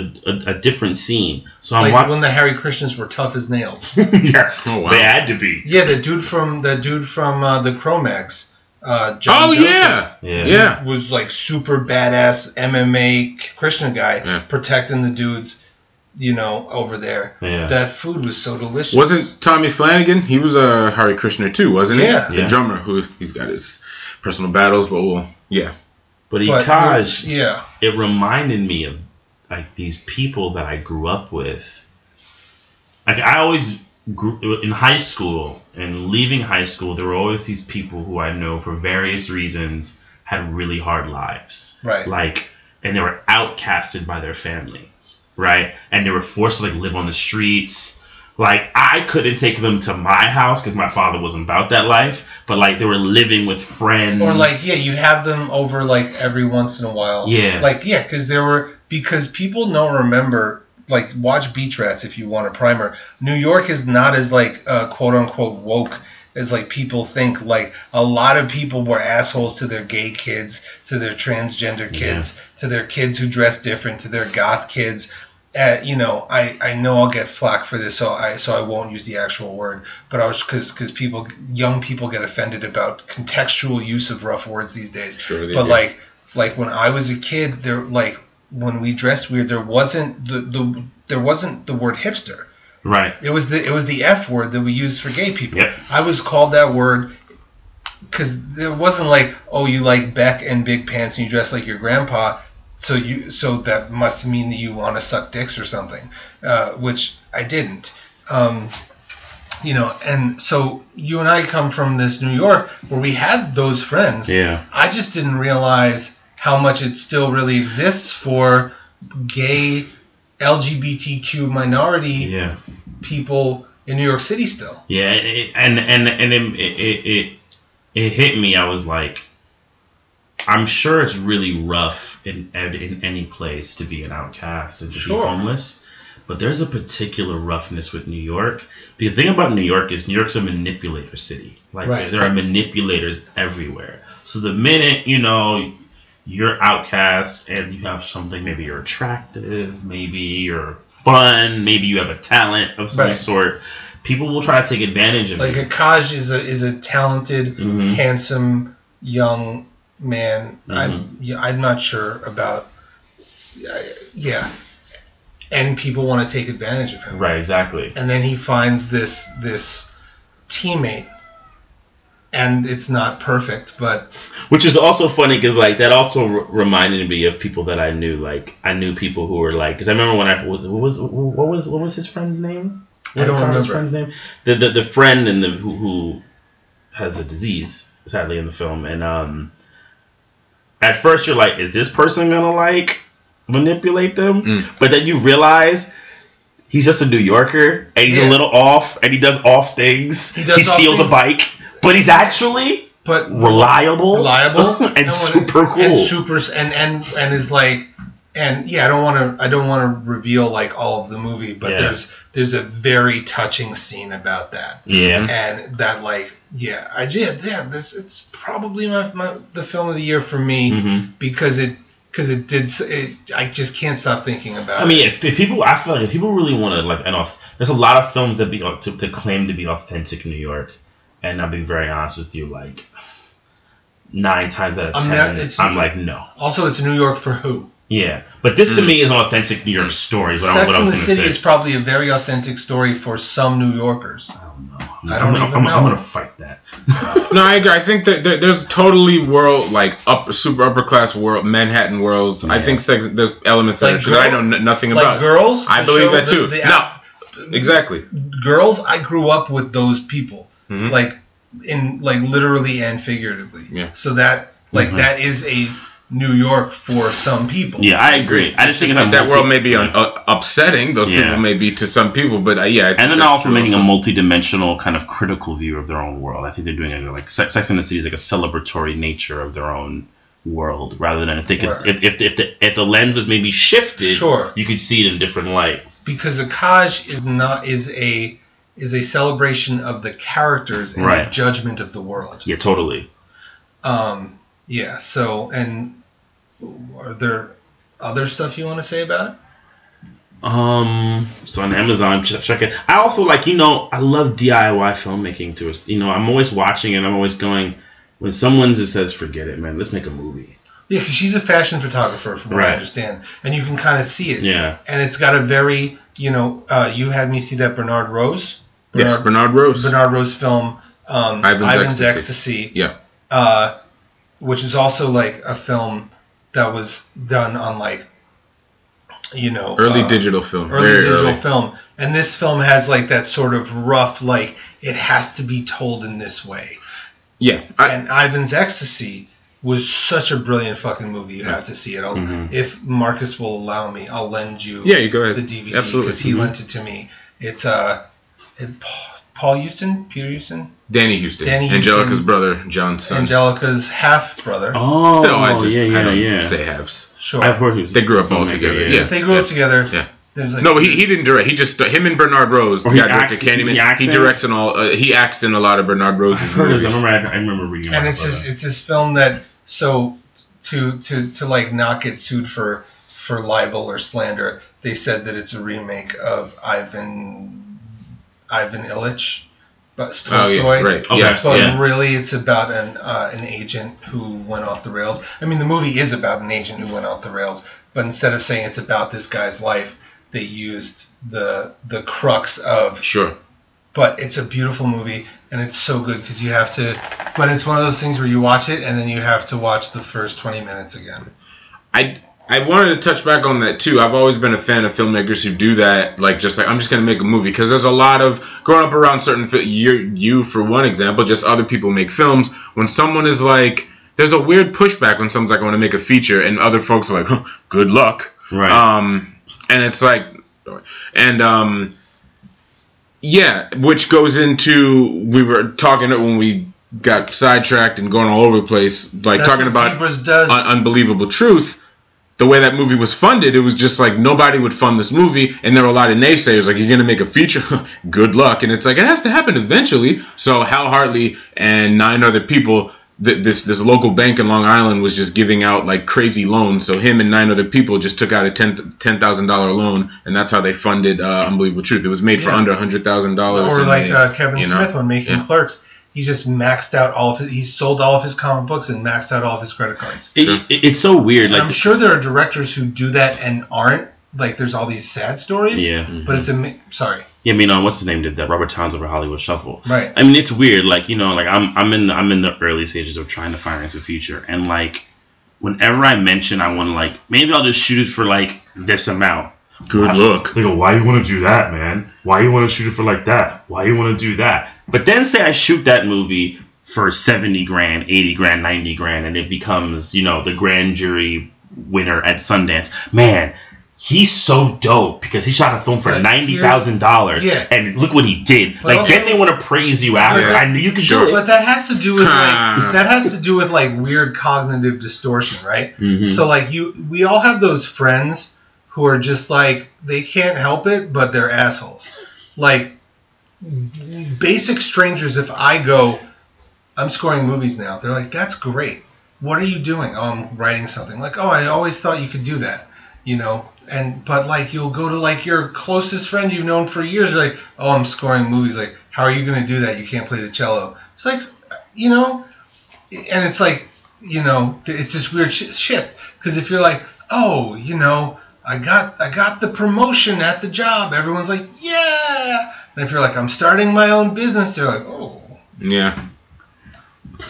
Speaker 1: a, a, a different scene. So I'm
Speaker 2: like
Speaker 1: watching.
Speaker 2: when the Harry Christians were tough as nails.
Speaker 1: yeah,
Speaker 3: Oh, wow.
Speaker 1: they had to be.
Speaker 2: yeah, the dude from the dude from uh, the Cro-Mags, uh, John
Speaker 3: Oh
Speaker 2: Joseph,
Speaker 3: yeah.
Speaker 1: Yeah.
Speaker 3: yeah,
Speaker 2: was like super badass MMA Christian guy
Speaker 3: Yeah.
Speaker 2: protecting the dudes, you know, over there.
Speaker 1: Yeah.
Speaker 2: That food was so delicious.
Speaker 3: Wasn't Tommy Flanagan? He was a uh, Harry Krishner too, wasn't he?
Speaker 2: Yeah.
Speaker 3: the
Speaker 1: Yeah.
Speaker 3: drummer who he's got his personal battles, but well, yeah.
Speaker 1: but
Speaker 2: But, uh,
Speaker 1: Ikaj,
Speaker 2: Yeah,
Speaker 1: it reminded me of like these people that I grew up with. Like I always grew in high school and leaving high school, there were always these people who I know for various reasons had really hard lives.
Speaker 2: right.
Speaker 1: Like and they were outcasted by their families, right? And they were forced to like live on the streets. Like I couldn't take them to my house because my father wasn't about that life, but like they were living with friends.
Speaker 2: Or like yeah, you'd have them over like every once in a while.
Speaker 1: Yeah.
Speaker 2: Like yeah, because there were because people don't remember. Like watch Beach Rats if you want a primer. New York is not as like uh, quote unquote woke is like people think like a lot of people were assholes to their gay kids, to their transgender kids, to their kids who dress different, to their goth kids. Uh, you know, I, I know I'll get flack for this, so I so I won't use the actual word. But I was because because people young people get offended about contextual use of rough words these days.
Speaker 3: Sure they
Speaker 2: but
Speaker 3: do.
Speaker 2: like like when I was a kid, there like when we dressed weird, there wasn't the, the there wasn't the word hipster.
Speaker 1: Right.
Speaker 2: It was the it was the F word that we used for gay people.
Speaker 1: Yep.
Speaker 2: I was called that word because there wasn't like oh you like Beck and big pants and you dress like your grandpa, so you so that must mean that you want to suck dicks or something, uh, which I didn't. Um, you know, and so you and I come from this New York where we had those friends.
Speaker 1: Yeah.
Speaker 2: I just didn't realize how much it still really exists for gay LGBTQ minority
Speaker 1: Yeah.
Speaker 2: people in New York City still.
Speaker 1: Yeah, it, it- and and and it, it it it hit me. I was like, I'm sure it's really rough in in, in any place to be an outcast and to
Speaker 2: Sure.
Speaker 1: be homeless. But there's a particular roughness with New York because the thing about New York is New York's a manipulator city. Like
Speaker 2: Right.
Speaker 1: there are manipulators everywhere. So the minute you know you're outcast and you have something, maybe you're attractive, maybe you're fun, maybe you have a talent of some
Speaker 2: Right.
Speaker 1: sort, people will try to take advantage of
Speaker 2: Like
Speaker 1: you.
Speaker 2: Akaj is a is a talented,
Speaker 1: Mhm.
Speaker 2: handsome young man.
Speaker 1: Mhm.
Speaker 2: I'm yeah, I'm not sure about I- yeah, and people want to take advantage of him.
Speaker 1: Right, exactly.
Speaker 2: And then he finds this this teammate, and it's not perfect, but
Speaker 1: Which is also funny because like that also r- reminded me of people that I knew. Like I knew people who were like because I remember when I was what was what was what was his friend's name?
Speaker 2: I don't
Speaker 1: Carter's
Speaker 2: remember.
Speaker 1: friend's name. The the, the friend and the who, who has a disease sadly in the film and um. At first, you're like, is this person gonna like manipulate them?
Speaker 3: Mm.
Speaker 1: But then you realize. He's just a New Yorker, and he's
Speaker 2: Yeah.
Speaker 1: a little off, and he does off things.
Speaker 2: He
Speaker 1: He,
Speaker 2: does off
Speaker 1: steals
Speaker 2: things.
Speaker 1: a bike, but he's actually
Speaker 2: but
Speaker 1: reliable,
Speaker 2: reliable
Speaker 1: and
Speaker 2: No,
Speaker 1: super cool.
Speaker 2: and super and and and is like and yeah i don't want to i don't want to reveal like all of the movie but
Speaker 1: Yeah.
Speaker 2: there's there's a very touching scene about that
Speaker 1: yeah,
Speaker 2: and that like yeah i did yeah this it's probably my, my the film of the year for me
Speaker 1: hmm
Speaker 2: because it because it did s- it i just can't stop thinking about
Speaker 1: I mean, if, if people, I feel like if people really want to like, and off, there's a lot of films that be uh, to, to claim to be authentic New York, and I'll be very honest with you, like nine times out of
Speaker 2: I'm
Speaker 1: 10
Speaker 2: not- it's-
Speaker 1: I'm like no,
Speaker 2: it also it's new york for who
Speaker 1: yeah, but this to
Speaker 3: Mm.
Speaker 1: me is an authentic New York story. Is what I, what
Speaker 2: sex
Speaker 1: I
Speaker 2: in the
Speaker 1: was
Speaker 2: city
Speaker 1: going to
Speaker 2: is
Speaker 1: say.
Speaker 2: probably a very authentic story for some new yorkers
Speaker 1: I don't know.
Speaker 2: I don't
Speaker 1: I'm,
Speaker 2: even
Speaker 1: I'm, I'm,
Speaker 2: know.
Speaker 1: going to fight that.
Speaker 3: No, I agree. I think that there- there's totally world like upper, super upper class world Manhattan worlds. I
Speaker 1: Yeah.
Speaker 3: think sex, there's elements
Speaker 2: Like
Speaker 3: of that I
Speaker 2: girl-
Speaker 3: know n- nothing
Speaker 2: like
Speaker 3: about.
Speaker 2: girls
Speaker 3: I
Speaker 2: the
Speaker 3: believe
Speaker 2: show-
Speaker 3: that
Speaker 2: the-
Speaker 3: too.
Speaker 2: the-
Speaker 3: no, exactly.
Speaker 2: girls i grew up with those people
Speaker 1: Hmm.
Speaker 3: Mhm.
Speaker 2: like in like literally and figuratively
Speaker 3: Yeah.
Speaker 2: so that like
Speaker 1: Mhm.
Speaker 2: that is a new york for some people
Speaker 1: Yeah, I agree. I just think
Speaker 3: Like,
Speaker 1: it's a
Speaker 3: that world
Speaker 1: multi-
Speaker 3: may be un- uh, upsetting. Those
Speaker 1: Yeah.
Speaker 3: people may be to some people, but uh, yeah. I think
Speaker 1: and then
Speaker 3: that's
Speaker 1: also
Speaker 3: true
Speaker 1: making a
Speaker 3: also.
Speaker 1: multi-dimensional kind of critical view of their own world. I think they're doing it like Sex, Sex and the City is like a celebratory nature of their own world, rather than I think if,
Speaker 2: Right.
Speaker 1: if, if, the, if, the, if the lens was maybe shifted,
Speaker 2: Sure.
Speaker 1: you could see it in a different light.
Speaker 2: because akaj is not is a is a celebration of the characters and
Speaker 1: Right.
Speaker 2: the judgment of the world
Speaker 1: Yeah, totally.
Speaker 2: um yeah so and are there other stuff you want to say about it
Speaker 1: Um, so on Amazon, ch- check it. I also like you know I love DIY filmmaking too. You know I'm always watching and I'm always going when someone just says forget it, man, let's make a movie.
Speaker 2: yeah 'cause she's a fashion photographer from what i
Speaker 1: Right.
Speaker 2: understand and you can kind of see it
Speaker 1: Yeah,
Speaker 2: and it's got a very you know uh, you had me see that bernard rose
Speaker 3: yes, Bernard Rose.
Speaker 2: Bernard Rose film, um, Ivan's,
Speaker 3: Ivan's
Speaker 2: Ecstasy.
Speaker 3: Ecstasy. Yeah.
Speaker 2: Uh, which is also like a film that was done on like, you know,
Speaker 3: Early
Speaker 2: uh,
Speaker 3: digital film.
Speaker 2: early
Speaker 3: Very
Speaker 2: digital
Speaker 3: early.
Speaker 2: film, and this film has like that sort of rough, like it has to be told in this way.
Speaker 3: Yeah, I,
Speaker 2: and Ivan's Ecstasy was such a brilliant fucking movie. You have to see it. I'll,
Speaker 3: Mm-hmm.
Speaker 1: Mhm.
Speaker 2: If Marcus will allow me, I'll lend you
Speaker 3: yeah. You go
Speaker 2: the
Speaker 3: ahead.
Speaker 2: DVD
Speaker 3: Absolutely. Mm-hmm.
Speaker 2: because he lent it to me. It's uh, it, Paul Houston, Peter Houston,
Speaker 3: Danny Houston,
Speaker 2: Danny
Speaker 3: Angelica's
Speaker 2: Houston.
Speaker 3: brother, John's son.
Speaker 2: Angelica's half brother.
Speaker 1: oh,
Speaker 3: Still, I just
Speaker 1: yeah,
Speaker 3: I
Speaker 1: yeah,
Speaker 3: don't
Speaker 1: yeah.
Speaker 3: say halves.
Speaker 2: Sure.
Speaker 1: I've heard he was-
Speaker 3: They grew up all
Speaker 1: filmmaker,
Speaker 3: together, yeah.
Speaker 2: if they grew up together,
Speaker 3: Yeah.
Speaker 2: There's like
Speaker 3: No, he, he didn't direct. He just him and Bernard Rose
Speaker 1: Or Oh, he
Speaker 3: got directed
Speaker 1: acts-
Speaker 3: Candyman.
Speaker 1: he acts
Speaker 3: He,
Speaker 1: in it?
Speaker 3: directs in all. Uh, he acts in a lot of Bernard Rose's
Speaker 1: I
Speaker 3: movies.
Speaker 1: remember, I, I remember reading
Speaker 2: and
Speaker 1: about
Speaker 2: it's
Speaker 1: that.
Speaker 2: just it's this film that so to to to like not get sued for for libel or slander they said that it's a remake of ivan ivan illich but
Speaker 3: Oh yeah,
Speaker 2: Tolstoy.
Speaker 3: right.
Speaker 1: Okay.
Speaker 3: Yes,
Speaker 2: but
Speaker 3: yeah.
Speaker 2: really it's about an uh, an agent who went off the rails i mean the movie is about an agent who went off the rails but instead of saying it's about this guy's life they used the the crux of
Speaker 3: Sure.
Speaker 2: but it's a beautiful movie and it's so good because you have to but it's one of those things where you watch it and then you have to watch the first 20 minutes again
Speaker 3: I I wanted to touch back on that too. I've always been a fan of filmmakers who do that, like just like I'm just gonna make a movie because there's a lot of growing up around certain fi- you you for one example, just other people make films. When someone is like, there's a weird pushback when someone's like, I want to make a feature, and other folks are like, huh, good luck.
Speaker 1: uh, right.
Speaker 3: Um, and it's like, and um, yeah, which goes into we were talking it when we got sidetracked and going all over the place, like
Speaker 2: That's
Speaker 3: talking
Speaker 2: what
Speaker 3: about
Speaker 2: zebras does
Speaker 3: un- unbelievable truth. The way that movie was funded, it was just like nobody would fund this movie, and there were a lot of naysayers like, "You're gonna make a feature? Good luck!" And it's like it has to happen eventually. So Hal Hartley and nine other people, th- this this local bank in Long Island was just giving out like crazy loans. So him and nine other people just took out a ten ten thousand dollar loan, and that's how they funded uh, Unbelievable Truth. It was made for
Speaker 2: Yeah.
Speaker 3: under hundred thousand dollars.
Speaker 2: or like uh, kevin
Speaker 3: you know,
Speaker 2: smith when making
Speaker 3: yeah.
Speaker 2: clerks he just maxed out all of his he sold all of his comic books and maxed out all of his credit cards
Speaker 1: It-
Speaker 3: Sure.
Speaker 1: it- it's so weird.
Speaker 2: and i'm
Speaker 1: Like,
Speaker 2: sure there are directors who do that and aren't like there's all these sad stories
Speaker 1: yeah,
Speaker 2: but it's a ama- sorry
Speaker 1: yeah. I mean, um, what's his name did that? Robert Towns over Hollywood Shuffle.
Speaker 2: right
Speaker 1: I mean, it's weird. Like you know, like I'm I'm in I'm in the early stages of trying to finance a future, and like whenever I mention I want to like maybe I'll just shoot it for like this amount.
Speaker 3: good luck.
Speaker 1: They go, why you want to do that, man? Why you want to shoot it for like that? Why you want to do that? But then say I shoot that movie for seventy grand, eighty grand, ninety grand, and it becomes you know the grand jury winner at Sundance. Man. He's so dope because he shot a film for
Speaker 2: But
Speaker 1: ninety thousand dollars,
Speaker 2: here's- yeah.
Speaker 1: and look what he did.
Speaker 2: But
Speaker 1: Like
Speaker 2: also-
Speaker 1: then they want to praise you after.
Speaker 3: Yeah.
Speaker 1: I knew you could
Speaker 3: Sure.
Speaker 1: do it.
Speaker 2: But that has to do with like that has to do with like weird cognitive distortion, right?
Speaker 3: Mm-hmm.
Speaker 2: So like you, we all have those friends who are just like they can't help it, but they're assholes. Like basic strangers, if I go, I'm scoring movies now. They're like, that's great. What are you doing? Oh, I'm writing something. Like, oh, I always thought you could do that. You know, and but like you'll go to like your closest friend you've known for years. Like, oh, I'm scoring movies. Like, how are you gonna do that? You can't play the cello. It's like, you know, and it's like, you know, it's this weird sh- shift because if you're like, oh, you know, I got I got the promotion at the job. Everyone's like, yeah. And if you're like, I'm starting my own business, they're like, oh,
Speaker 3: Yeah.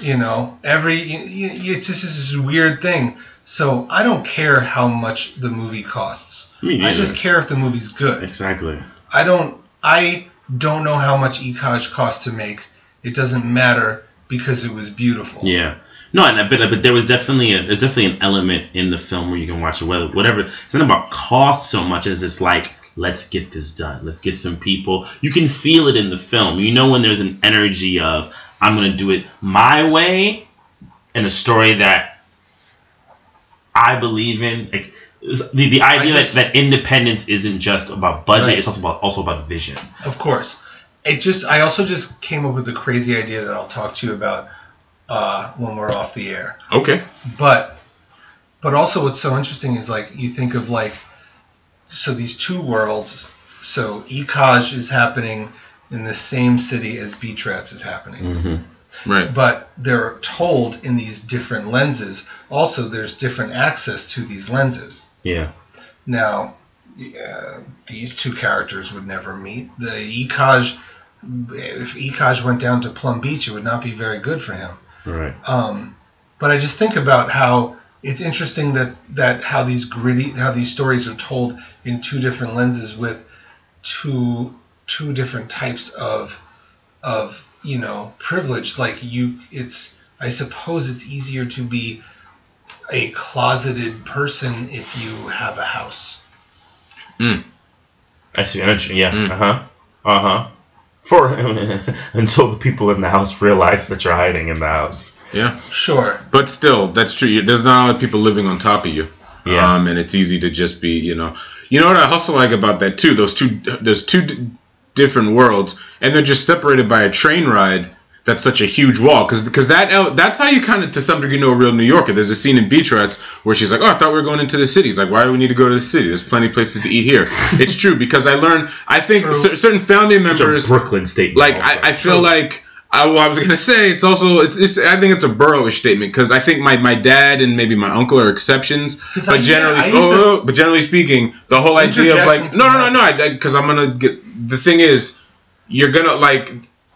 Speaker 2: you know every y- y- it's just this weird thing so i don't care how much the movie costs
Speaker 1: Me
Speaker 2: i just
Speaker 1: neither.
Speaker 2: care if the movie's good
Speaker 1: exactly.
Speaker 2: i don't i don't know how much ecoj costs to make it doesn't matter because it was beautiful
Speaker 1: Yeah. No, and I- but but there was definitely a, there's definitely an element in the film where you can watch it whether whatever it's not about cost so much as it's like let's get this done let's get some people you can feel it in the film you know when there's an energy of I'm gonna do it my way and a story that I believe in like it's- the, the idea
Speaker 2: just-
Speaker 1: that, that independence isn't just about budget
Speaker 2: Right.
Speaker 1: it's also about also about vision
Speaker 2: of course it just i also just came up with the crazy idea that i'll talk to you about uh, when we're off the air
Speaker 3: Okay.
Speaker 2: but but also what's so interesting is like you think of like so these two worlds so ecoj is happening in the same city as beach rats is happening
Speaker 3: Right.
Speaker 2: but they're told in these different lenses also there's different access to these lenses
Speaker 1: yeah
Speaker 2: now yeah, these two characters would never meet the ecoj if ecoj went down to plum beach it would not be very good for him
Speaker 1: right
Speaker 2: um, but I just think about how it's interesting that that how these gritty how these stories are told in two different lenses with two two different types of of you know privilege like you it's i suppose it's easier to be a closeted person if you have a house
Speaker 1: Actually, energy. Yeah.
Speaker 3: Mm.
Speaker 1: Uh huh. Uh huh. For until the people in the house realize that you're hiding in the house.
Speaker 3: Yeah.
Speaker 2: sure
Speaker 3: But still, that's true. You- There's not a lot of people living on top of you.
Speaker 1: Yeah.
Speaker 3: Um, and it's easy to just be, you know, you know what I also like about that too. Those two, those two d- different worlds, and they're just separated by a train ride. That's such a huge wall because that el- that's how you kind of to some degree know a real New Yorker. There's a scene in Beach Rats where she's like, "Oh, I thought we were going into the city." It's like, "Why do we need to go to the city? There's plenty of places to eat here." it's true because I learned. I think
Speaker 2: True.
Speaker 3: cer- certain family
Speaker 1: It's
Speaker 3: members
Speaker 1: a Brooklyn statement.
Speaker 2: Oh,
Speaker 3: like
Speaker 1: also.
Speaker 3: I, I feel like I, well, I was gonna say it's also it's, it's I think it's a boroughish statement because I think my, my dad and maybe my uncle are exceptions,
Speaker 2: 'Cause I-
Speaker 3: but generally
Speaker 2: yeah, I used
Speaker 3: oh, oh, but generally speaking, the whole idea of like
Speaker 2: Interjections
Speaker 3: no
Speaker 2: can
Speaker 3: no no no because I'm gonna get the thing is you're gonna like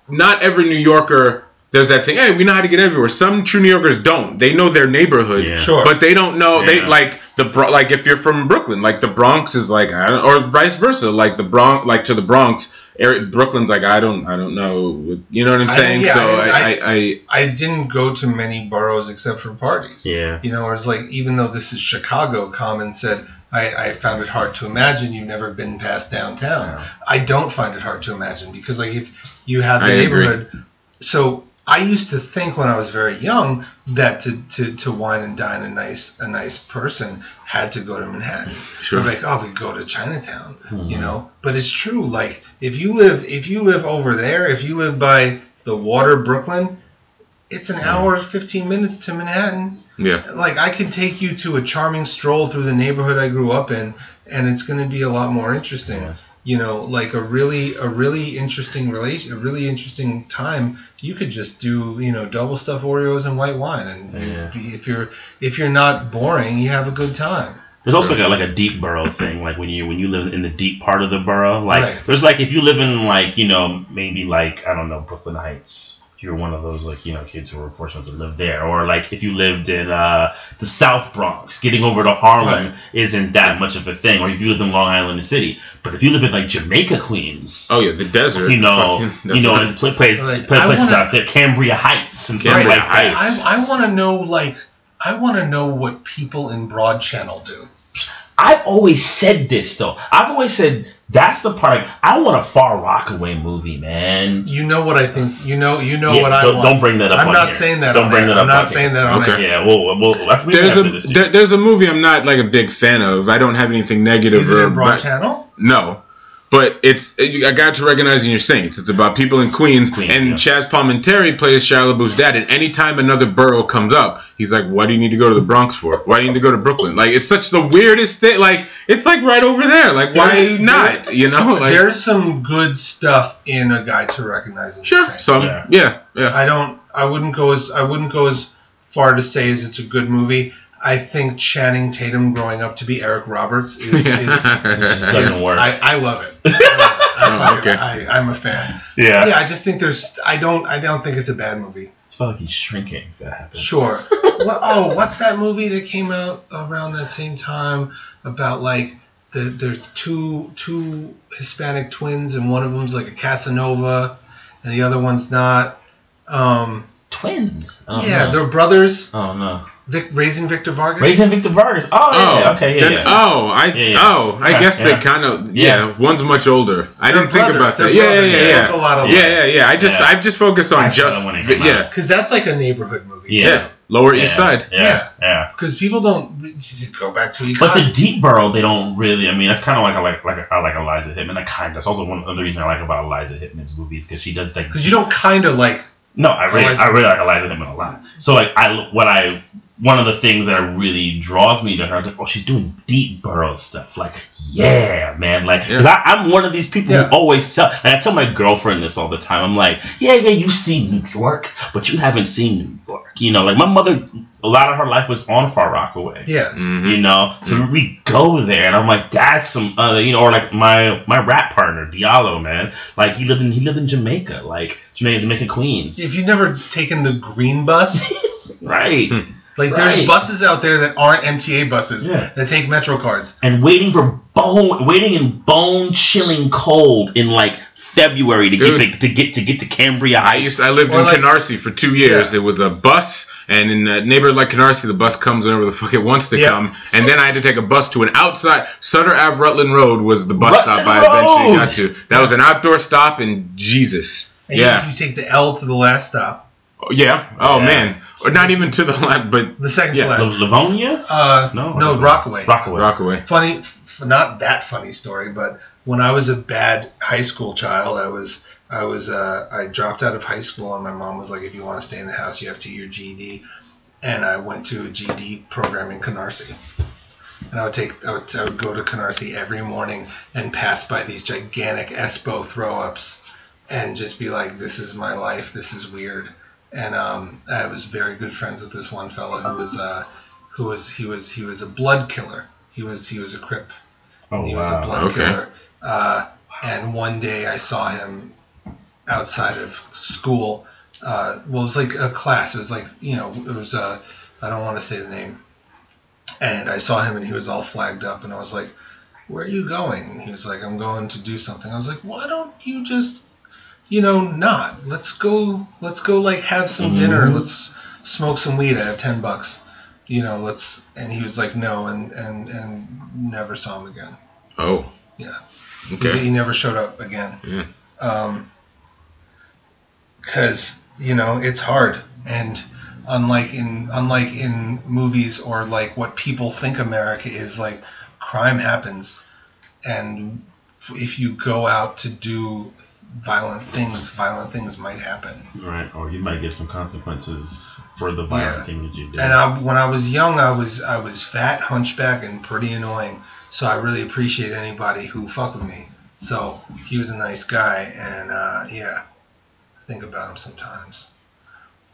Speaker 3: not every New Yorker. There's that thing. Hey, we know how to get everywhere. Some true New Yorkers don't. They know their neighborhood,
Speaker 1: Yeah.
Speaker 2: Sure.
Speaker 3: but they don't know. They
Speaker 1: Yeah.
Speaker 3: like the Bro- like if you're from Brooklyn, like the Bronx is like, I don't, or vice versa. Like the Bronx, like to the Bronx, Eric, Brooklyn's like I don't, I don't know. You know what I'm
Speaker 2: I-
Speaker 3: saying?
Speaker 2: yeah,
Speaker 3: so
Speaker 2: I-
Speaker 3: I, I, I,
Speaker 2: I didn't go to many boroughs except for parties.
Speaker 1: yeah.
Speaker 2: You know, or it's like even though this is Chicago, Common said I, I found it hard to imagine you've never been past downtown. I don't find it hard to imagine because like if you have the
Speaker 3: I agree.
Speaker 2: neighborhood so I used to think when I was very young that to, to, to wine and dine a nice a nice person had to go to Manhattan.
Speaker 3: Sure.
Speaker 2: Or like, oh we go to Chinatown. You
Speaker 1: Hmm.
Speaker 2: know? But it's true, like if you live if you live over there, if you live by the water Brooklyn, it's
Speaker 1: Hmm.
Speaker 2: an hour fifteen minutes to Manhattan
Speaker 3: yeah.
Speaker 2: like I could take you to a charming stroll through the neighborhood I grew up in, and it's going to be a lot more interesting.
Speaker 1: Yeah.
Speaker 2: You know, like a really a really interesting relation, a really interesting time. You could just do you know double stuff Oreos and white wine, and
Speaker 1: Yeah.
Speaker 2: be- if you're if you're not boring, you have a good time.
Speaker 1: There's also like a, like a deep borough thing, like when you when you live in the deep part of the borough. Like
Speaker 2: Right.
Speaker 1: there's like if you live in like you know maybe like I don't know Brooklyn Heights. If you're one of those like you know kids who were fortunate to live there, or like if you lived in uh, the South Bronx, getting over to Harlem
Speaker 2: Right.
Speaker 1: isn't that much of a thing. Or if you lived in Long Island the City, but if you live in like Jamaica, Queens,
Speaker 3: Oh yeah, the desert.
Speaker 1: you know,
Speaker 3: Fucking-
Speaker 1: you know, and pla- place,
Speaker 2: Like,
Speaker 1: pla-
Speaker 2: I
Speaker 1: places
Speaker 2: wanna-
Speaker 1: out there, Cambria Heights and stuff
Speaker 3: Cambria
Speaker 1: like that.
Speaker 3: Heights.
Speaker 2: I I want to know like I want to know what people in Broad Channel do.
Speaker 1: I've always said this though. I've always said that's the part. I want a Far Rockaway movie, man.
Speaker 2: You know what I think. You know you know
Speaker 1: Yeah,
Speaker 2: what I
Speaker 1: don't,
Speaker 2: want.
Speaker 1: don't bring that up.
Speaker 2: I'm
Speaker 1: on
Speaker 2: not
Speaker 1: here.
Speaker 2: saying that.
Speaker 1: Don't
Speaker 2: on
Speaker 1: bring
Speaker 2: air.
Speaker 1: that up.
Speaker 2: I'm not
Speaker 1: on
Speaker 2: saying
Speaker 1: here.
Speaker 2: that on
Speaker 3: Okay.
Speaker 2: air.
Speaker 1: Yeah, well, well, well we
Speaker 3: there's
Speaker 1: have to do this
Speaker 3: a there, there's a movie I'm not like a big fan of. I don't have anything negative
Speaker 2: Is
Speaker 3: or
Speaker 2: it in Broad
Speaker 3: but-
Speaker 2: Channel?
Speaker 3: No. But it's I got to recognizing your saints. It's about people in Queens,
Speaker 1: Queens,
Speaker 3: and
Speaker 1: yeah.
Speaker 3: Chaz Palminteri plays Shia LaBeouf's dad. And anytime another borough comes up, he's like, "Why do you need to go to the Bronx for? Why do you need to go to Brooklyn? Like it's such the weirdest thing. Like it's like right over there. Like why
Speaker 2: There's-
Speaker 3: not? you know? Like
Speaker 2: There's some good stuff in a guy to recognize. And
Speaker 3: sure.
Speaker 2: Say.
Speaker 3: Some
Speaker 1: Yeah.
Speaker 3: yeah yeah.
Speaker 2: I don't. I wouldn't go as I wouldn't go as far to say as it's a good movie. I think Channing Tatum growing up to be Eric Roberts is. is,
Speaker 1: Doesn't
Speaker 2: is-
Speaker 1: work.
Speaker 2: I, I love it. I love it. I
Speaker 3: Oh,
Speaker 2: fucking-
Speaker 3: okay.
Speaker 2: I, I'm a fan.
Speaker 1: yeah.
Speaker 2: Yeah, I just think there's. I don't. I don't think it's a bad movie.
Speaker 1: I feel like he's shrinking. If that happens.
Speaker 2: Sure. What, oh, what's that movie that came out around that same time about like the there's two two Hispanic twins and one of them's like a Casanova and the other one's not. Um,
Speaker 1: Twins. Oh,
Speaker 2: yeah,
Speaker 1: no.
Speaker 2: they're brothers.
Speaker 1: Oh no.
Speaker 2: Vic, raising Victor Vargas.
Speaker 1: Raising Victor Vargas. Oh,
Speaker 3: Oh,
Speaker 1: yeah. Okay. Yeah.
Speaker 3: then-
Speaker 1: yeah.
Speaker 3: oh, I,
Speaker 1: Yeah, yeah.
Speaker 3: oh, I
Speaker 1: Okay,
Speaker 3: guess
Speaker 1: yeah.
Speaker 3: they kind of,
Speaker 1: Yeah.
Speaker 3: yeah, One's much older. I
Speaker 2: They're
Speaker 3: didn't think
Speaker 2: brothers,
Speaker 3: about
Speaker 2: they're
Speaker 3: that. Yeah, yeah,
Speaker 2: brothers,
Speaker 3: yeah,
Speaker 2: they
Speaker 3: yeah,
Speaker 2: look a lot alike.
Speaker 3: yeah, yeah, yeah. I just,
Speaker 1: Yeah.
Speaker 3: I've just focused
Speaker 1: I
Speaker 3: on
Speaker 1: saw
Speaker 3: just,
Speaker 1: that when it
Speaker 3: vi-
Speaker 1: came out.
Speaker 3: yeah,
Speaker 2: Because that's like a neighborhood movie.
Speaker 1: Yeah.
Speaker 3: yeah,
Speaker 2: oh,
Speaker 3: Lower East
Speaker 1: Yeah,
Speaker 3: Side.
Speaker 1: Yeah. Yeah.
Speaker 2: Because people don't go back to
Speaker 1: But the
Speaker 2: Econ.
Speaker 1: deep burrow, they don't really. I mean, that's kind of like I like like I like Eliza Hittman. I kind of. That's also one of the reasons I like about Eliza Hittman's movies because she does like
Speaker 2: Because you don't kind of like.
Speaker 1: No, I really,
Speaker 2: Eliza-
Speaker 1: I really like Eliza Hittman a lot. So like, I what I one of the things that really draws me to her is like, oh, she's doing deep burrow stuff. Like, yeah, man. Like, 'cause I, I'm one of these people
Speaker 2: Yeah.
Speaker 1: who always sell. Like, I tell my girlfriend this all the time. I'm like, yeah, yeah, you've seen New York, but you haven't seen New York. You know, like my mother, a lot of her life was on Far Rockaway
Speaker 2: Yeah.
Speaker 3: Mhm.
Speaker 1: you know so we go there and i'm like that's some other you know or like my my rap partner diallo man like he lived in he lived in jamaica like jamaica jamaica queens
Speaker 2: If you've never taken the green bus,
Speaker 1: right
Speaker 3: Hmm.
Speaker 2: like
Speaker 1: Right.
Speaker 2: there's buses out there that aren't MTA buses
Speaker 1: Yeah.
Speaker 2: that take Metro cards.
Speaker 1: and waiting for bone waiting in bone chilling cold in like february to get
Speaker 3: Dude.
Speaker 1: to, to get to get to cambria
Speaker 3: I used I lived
Speaker 2: Or
Speaker 3: in
Speaker 2: like-
Speaker 3: Canarsie for two years.
Speaker 2: Yeah.
Speaker 3: It was a bus, and in a neighborhood like Canarsie, the bus comes whenever the fuck it wants to
Speaker 2: Yeah.
Speaker 3: come. And then I had to take a bus to an outside Sutter Ave Rutland Road was the bus
Speaker 1: Rutland
Speaker 3: stop I eventually
Speaker 1: Road!
Speaker 3: got to. That was an outdoor stop, and Jesus,
Speaker 2: And
Speaker 3: yeah,
Speaker 2: you, you take the L to the last stop.
Speaker 3: Yeah. Oh
Speaker 1: Yeah.
Speaker 3: man. Or not even to the left, but
Speaker 2: The second
Speaker 3: Yeah,
Speaker 2: to last.
Speaker 1: L- Livonia?
Speaker 2: Uh,
Speaker 1: No,
Speaker 2: no,
Speaker 1: I don't know.
Speaker 2: Rockaway.
Speaker 1: Rockaway.
Speaker 3: Rockaway.
Speaker 2: funny, f- not that funny story, but when I was a bad high school child, I was, I was, uh, I dropped out of high school, and my mom was like, "If you want to stay in the house, you have to get your GED." And I went to a GED program in Canarsie, and I would take, I would, I would go to Canarsie every morning and pass by these gigantic Espo throw-ups, and just be like, "This is my life. This is weird." And um, I was very good friends with this one fella who was, uh, who was, he was, he was a blood killer. He was, he was a crip
Speaker 1: Oh,
Speaker 2: he was a
Speaker 1: wow.
Speaker 2: blood
Speaker 3: okay.
Speaker 2: killer. Uh, and one day I saw him outside of school. Uh, well, it was like a class. It was like, you know, it was, uh, I don't want to say the name. And I saw him and he was all flagged up. And I was like, where are you going? And he was like, I'm going to do something. I was like, why don't you just, you know, not? Let's go, let's go, like, have some dinner.
Speaker 1: Mhm.
Speaker 2: Let's smoke some weed. I have 10 bucks. You know, let's, and he was like, no, and, and, and never saw him again.
Speaker 3: Oh.
Speaker 2: Yeah. He,
Speaker 3: Okay.
Speaker 2: he never showed up again.
Speaker 3: Yeah.
Speaker 2: Because you know it's hard, and unlike in unlike in movies or like what people think America is, like crime happens, and if you go out to do violent things, violent things might happen.
Speaker 1: Right. Or you might get some consequences for the violent
Speaker 2: Yeah.
Speaker 1: thing that you did.
Speaker 2: And I, when I was young, I was I was fat, hunchback, and pretty annoying. So I really appreciate anybody who fuck with me. So he was a nice guy, and uh, yeah, I think about him sometimes.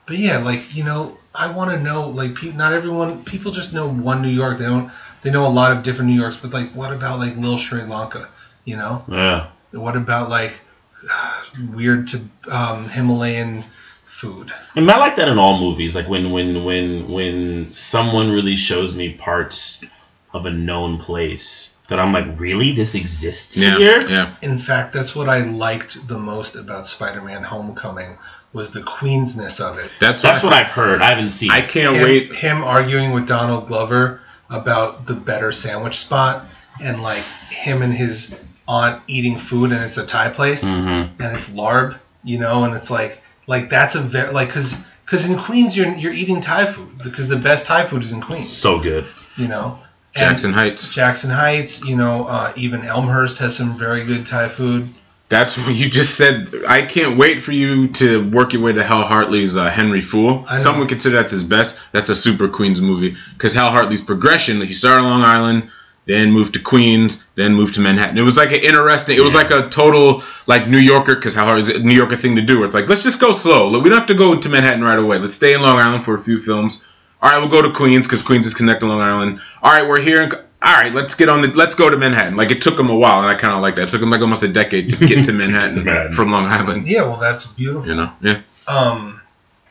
Speaker 2: But yeah, like you know, I want to know like peop not everyone people just know one New York. They don't they know a lot of different New Yorks. But like, what about like little Sri Lanka? You know,
Speaker 1: yeah.
Speaker 2: what about like weird to um, Himalayan food?
Speaker 1: And I like that in all movies. Like when when when when someone really shows me parts of a known place that I'm like, really, this exists
Speaker 3: Yeah.
Speaker 1: here.
Speaker 3: Yeah.
Speaker 2: In fact, that's what I liked the most about Spider-Man: Homecoming was the Queensness of it.
Speaker 3: That's
Speaker 1: That's what
Speaker 3: what I.
Speaker 1: I've heard. I haven't seen.
Speaker 3: I
Speaker 1: it.
Speaker 3: can't
Speaker 2: him,
Speaker 3: wait.
Speaker 2: him arguing with Donald Glover about the better sandwich spot, and like him and his aunt eating food, and it's a Thai place,
Speaker 3: Mm-hmm.
Speaker 1: Mhm.
Speaker 2: and it's larb, you know, and it's like like that's a very like because because in Queens you're you're eating Thai food because the best Thai food is in Queens,
Speaker 1: So good.
Speaker 2: you know. And
Speaker 3: Jackson Heights.
Speaker 2: Jackson Heights, you know, uh, even Elmhurst has some very good Thai food.
Speaker 3: That's what you just said. I can't wait for you to work your way to Hal Hartley's uh, Henry Fool.
Speaker 2: I know.
Speaker 3: Some would consider that's his best. That's a super Queens movie because Hal Hartley's progression. He started on Long Island, then moved to Queens, then moved to Manhattan. It was like an interesting. It was like a total like New Yorker because Hal Hartley's a New Yorker thing to do. Where it's like let's just go slow. Like, We don't have to go to Manhattan right away. Let's stay in Long Island for a few films. All right, we'll go to Queens because Queens is connected to Long Island. All right, we're here. In, all right, let's get on the. Let's go to Manhattan. Like it took him a while, and I kind of like that. It took him like almost a decade to get to Manhattan,
Speaker 1: Manhattan.
Speaker 3: from Long Island.
Speaker 2: Yeah, well, that's beautiful.
Speaker 3: You know, yeah,
Speaker 2: Um,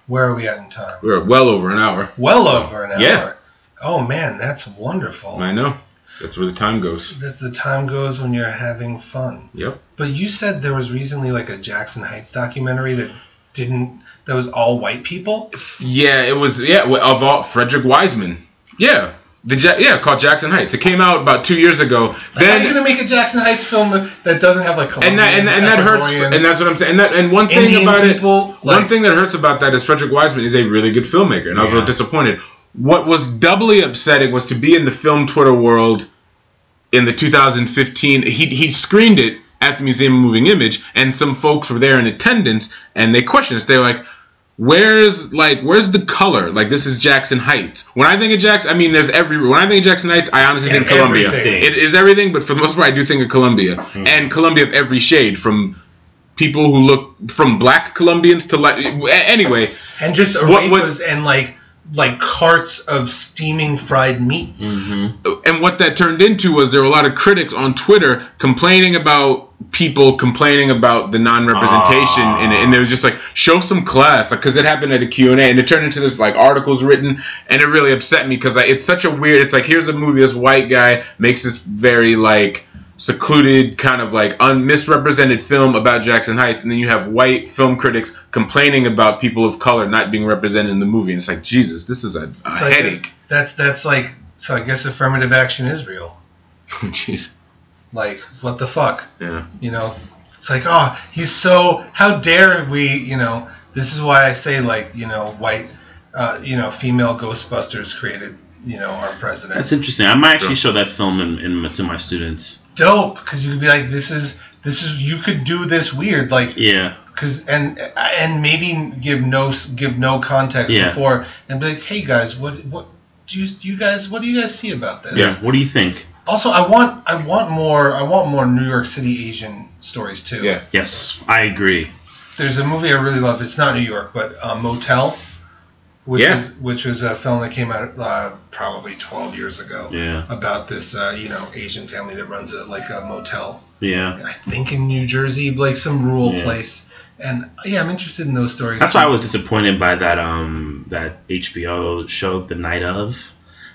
Speaker 2: where are we at in time?
Speaker 3: we were well over an hour.
Speaker 2: Well over an hour.
Speaker 3: Yeah.
Speaker 2: Oh man, that's wonderful.
Speaker 3: I know. That's where the time goes.
Speaker 2: That's the time goes when you're having fun.
Speaker 3: Yep.
Speaker 2: But you said there was recently like a Jackson Heights documentary that didn't that was all white people.
Speaker 3: Yeah, it was. Yeah, well, of all Frederick Wiseman. Yeah, the ja- yeah called Jackson Heights. It came out about two years ago.
Speaker 2: How are you
Speaker 3: Then.
Speaker 2: gonna make a Jackson Heights film that doesn't have like
Speaker 3: And
Speaker 2: Colombians,
Speaker 3: that and, and that hurts, and
Speaker 2: Ecuadorians,
Speaker 3: that's what I'm saying. And that and one thing
Speaker 2: Indian
Speaker 3: about it,
Speaker 2: people?
Speaker 3: One
Speaker 2: like,
Speaker 3: thing that hurts about that is Frederick Wiseman is a really good filmmaker, and I was a
Speaker 1: Yeah.
Speaker 3: little disappointed. What was doubly upsetting was to be in the film Twitter world in the 2015. He he screened it at the Museum of Moving Image, and some folks were there in attendance, and they questioned us. They were like, "Where's like where's the color? Like this is Jackson Heights. When I think of Jackson, I mean there's every. When I think of Jackson Heights, I honestly
Speaker 2: It's
Speaker 3: think Columbia.
Speaker 2: everything.
Speaker 3: It is everything, but for the most part, I do think of Columbia and Columbia of every shade from people who look from black Colombians to like anyway.
Speaker 2: and just
Speaker 3: what- what-
Speaker 2: arepas and like like carts of steaming fried meats.
Speaker 3: Mm-hmm. And what that turned into was there were a lot of critics on Twitter complaining about people complaining about the non-representation
Speaker 1: Ah.
Speaker 3: in it, and they was just like, "Show some class," because it happened at a Q and A, and it turned into this like articles written, and it really upset me because it's such a weird. It's like here's a movie this white guy makes this very like secluded kind of like un- misrepresented film about Jackson Heights and then you have white film critics complaining about people of color not being represented in the movie and it's like Jesus this is a, a
Speaker 2: So I guess
Speaker 3: headache
Speaker 2: that's that's like so I guess affirmative action is real.
Speaker 3: jeez
Speaker 2: Like what the fuck,
Speaker 3: yeah
Speaker 2: ah, you know? It's like oh he's so how dare we you know This is why I say like you know white, uh, you know female Ghostbusters created you know our president.
Speaker 1: That's interesting. I might actually show that film in, in to my students.
Speaker 2: dope because you could be like this is this is you could do this weird like
Speaker 1: Yeah,
Speaker 2: because and and maybe give no give no context
Speaker 1: Yeah.
Speaker 2: before and be like hey guys what what do you, do you guys what do you guys see about this
Speaker 1: yeah. What do you think?
Speaker 2: also i want i want more i want more new york city asian stories too
Speaker 3: Yeah.
Speaker 1: Yes, I agree.
Speaker 2: there's a movie i really love it's not new york but uh, motel which
Speaker 3: Yeah.
Speaker 2: was which was a film that came out uh, probably 12 years ago
Speaker 1: Yeah,
Speaker 2: about this uh, you know asian family that runs a like a motel
Speaker 1: yeah.
Speaker 2: I think in New Jersey, like some rural
Speaker 1: Yeah.
Speaker 2: place. And yeah, I'm interested in those stories.
Speaker 1: That's why I was
Speaker 2: too.
Speaker 1: disappointed by that um that HBO show, The Night of.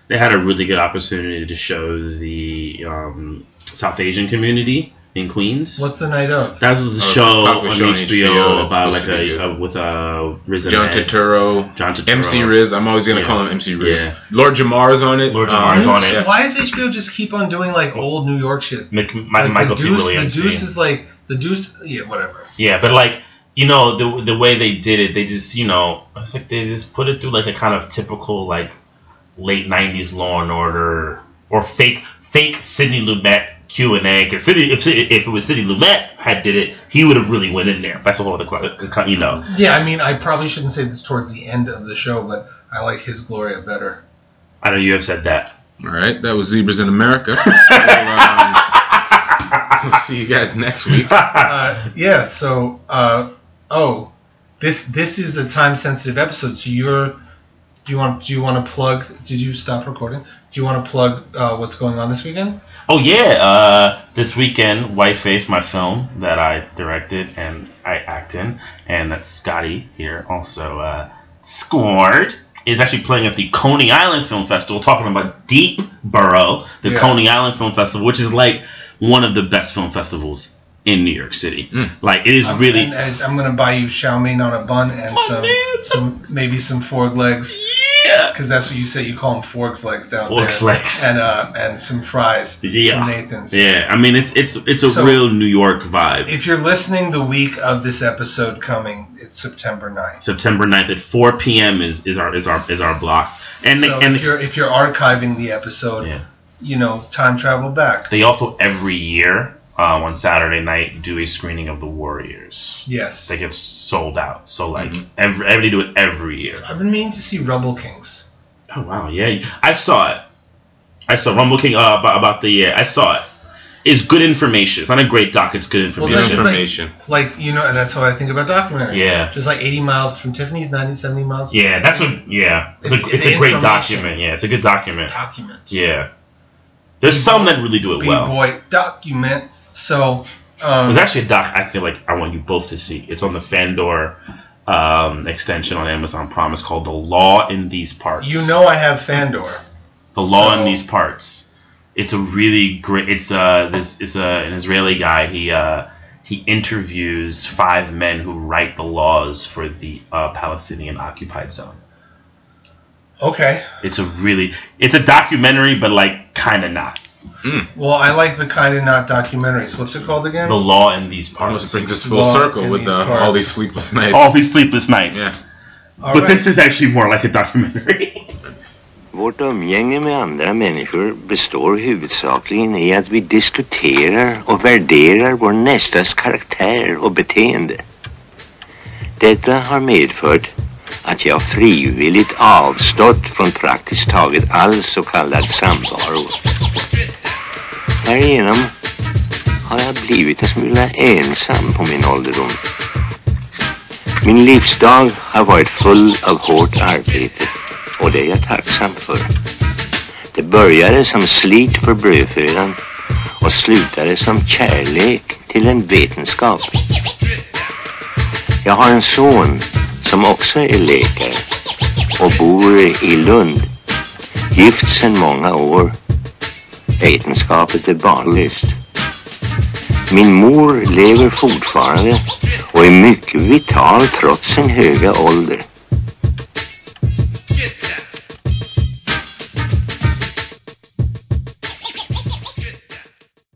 Speaker 1: They had a really good opportunity to show the um, South Asian community in Queens.
Speaker 2: What's the night of?
Speaker 1: That was the
Speaker 3: Oh, it's
Speaker 1: show on
Speaker 3: probably shown on
Speaker 1: HBO,
Speaker 3: HBO, that's
Speaker 1: about
Speaker 3: supposed
Speaker 1: like
Speaker 3: to be
Speaker 1: a,
Speaker 3: good.
Speaker 1: a with uh, Riz
Speaker 3: John
Speaker 1: Ahmed.
Speaker 3: Turturro,
Speaker 1: John Turturro.
Speaker 3: MC Riz. I'm always gonna
Speaker 1: Yeah.
Speaker 3: call him MC Riz.
Speaker 1: Yeah.
Speaker 3: Lord Jamar's on it.
Speaker 1: Lord
Speaker 3: Um,
Speaker 1: Jamar's on it.
Speaker 3: yeah.
Speaker 2: Why does HBO just keep on doing like old New York shit?
Speaker 1: Mc, my,
Speaker 2: Like,
Speaker 1: Michael
Speaker 2: the
Speaker 1: T.
Speaker 2: Deuce,
Speaker 1: Williams.
Speaker 2: The
Speaker 1: yeah.
Speaker 2: Deuce is like the Deuce. Yeah, whatever.
Speaker 1: Yeah, but like you know the the way they did it, they just you know it's like they just put it through like a kind of typical like late '90s Law and Order or fake fake Sidney Lumet Q and A. Because Sidney, if if it was Sidney Lumet had did it, he would have really went in there. That's a whole other que- you know.
Speaker 2: Yeah, I mean, I probably shouldn't say this towards the end of the show, but I like his Gloria better.
Speaker 1: I know you have said that.
Speaker 3: All right, that was Zebras in America. we'll, um, we'll see you guys next week.
Speaker 2: Uh, yeah. So, uh, oh, this this is a time sensitive episode. So you're. Do you want? Do you want to plug? Did you stop recording? Do you want to plug uh, what's going on this weekend?
Speaker 1: Oh yeah, uh, this weekend, Whiteface, my film that I directed and I act in, and that's Scotty here also uh, scored is actually playing at the Coney Island Film Festival. Talking about Deep Burrow, the
Speaker 2: Yeah.
Speaker 1: Coney Island Film Festival, which is like one of the best film festivals in New York City.
Speaker 3: Mm.
Speaker 1: Like it is
Speaker 2: I'm,
Speaker 1: really.
Speaker 2: and I- I'm gonna buy you chow mein on a bun and
Speaker 1: Oh,
Speaker 2: some,
Speaker 1: man.
Speaker 2: some maybe some fork legs,
Speaker 1: yeah.
Speaker 2: because that's what you say. You call them forks legs down
Speaker 1: Forks
Speaker 2: there.
Speaker 1: legs.
Speaker 2: And uh, and some fries
Speaker 1: Yeah.
Speaker 2: from Nathan's.
Speaker 1: Yeah, I mean it's it's it's a
Speaker 2: So-
Speaker 1: real New York vibe.
Speaker 2: If you're listening the week of this episode coming, it's September 9th.
Speaker 1: September 9th at 4 p.m. is, is our is our is our block. And
Speaker 2: so
Speaker 1: and
Speaker 2: if you're if you're archiving the episode,
Speaker 1: Yeah.
Speaker 2: you know time travel back.
Speaker 1: They also every year uh, on Saturday night do a screening of the Warriors.
Speaker 2: Yes,
Speaker 1: They get sold out. So like
Speaker 2: Mm-hmm.
Speaker 3: Mhm.
Speaker 1: every, every they do it every year.
Speaker 2: I've been meaning to see Rubble Kings.
Speaker 1: Oh wow, yeah, I saw it. I saw Rumble King uh, about, about the year. I saw it. It's good information. It's not a great doc. It's good
Speaker 2: Well,
Speaker 1: information.
Speaker 3: Good
Speaker 2: that's the thing.
Speaker 3: information.
Speaker 2: Like you know, and that's how I think about documentaries.
Speaker 1: Yeah.
Speaker 2: just like 80 miles from Tiffany's, 90, 70 miles.
Speaker 1: yeah, that's what. Yeah, it's,
Speaker 2: It's-
Speaker 1: a it's
Speaker 2: the
Speaker 1: a great
Speaker 2: information.
Speaker 1: document. Yeah, it's a good document.
Speaker 2: document.
Speaker 1: Yeah, there's some that really do it
Speaker 2: B
Speaker 1: well.
Speaker 2: boy document. So um,
Speaker 1: There's actually a doc I feel like I want you both to see. It's on the Fandor um, extension on Amazon Prime. It's called The Law in These Parts.
Speaker 2: you know I have Fandor.
Speaker 1: The Law
Speaker 2: so-
Speaker 1: in These Parts. It's a really great. It's uh this it's uh, an Israeli guy. He uh, he interviews five men who write the laws for the uh, Palestinian occupied zone.
Speaker 2: Okay.
Speaker 1: It's a really it's a documentary, but like kind of not.
Speaker 2: Well, I like the kind of not documentaries. What's it called again?
Speaker 1: The Law in These
Speaker 3: Almost brings
Speaker 1: Parts.
Speaker 3: us full
Speaker 2: Well,
Speaker 3: circle
Speaker 2: in
Speaker 3: with
Speaker 2: these
Speaker 3: uh,
Speaker 2: parts.
Speaker 3: all these Oh, sleepless nights.
Speaker 1: All these sleepless nights.
Speaker 3: yeah.
Speaker 2: All
Speaker 1: But
Speaker 2: right.
Speaker 1: this is actually more like a documentary.
Speaker 4: Vårt umgänge med andra människor består huvudsakligen i att vi diskuterar och värderar vår nästas karaktär och beteende. Detta har medfört att jag frivilligt avstått från praktiskt taget all så kallad samvaro. Härigenom har jag blivit en smula ensam på min ålderdom. Min livsdag har varit full av hårt arbete och det är jag tacksam för. Det började som slit för brödfödan och slutade som kärlek till en vetenskap. Jag har en son som också är läkare och bor i Lund. Gift sedan många år. Vetenskapet är barnlöst. Min mor lever fortfarande och är mycket vital trots sin höga ålder.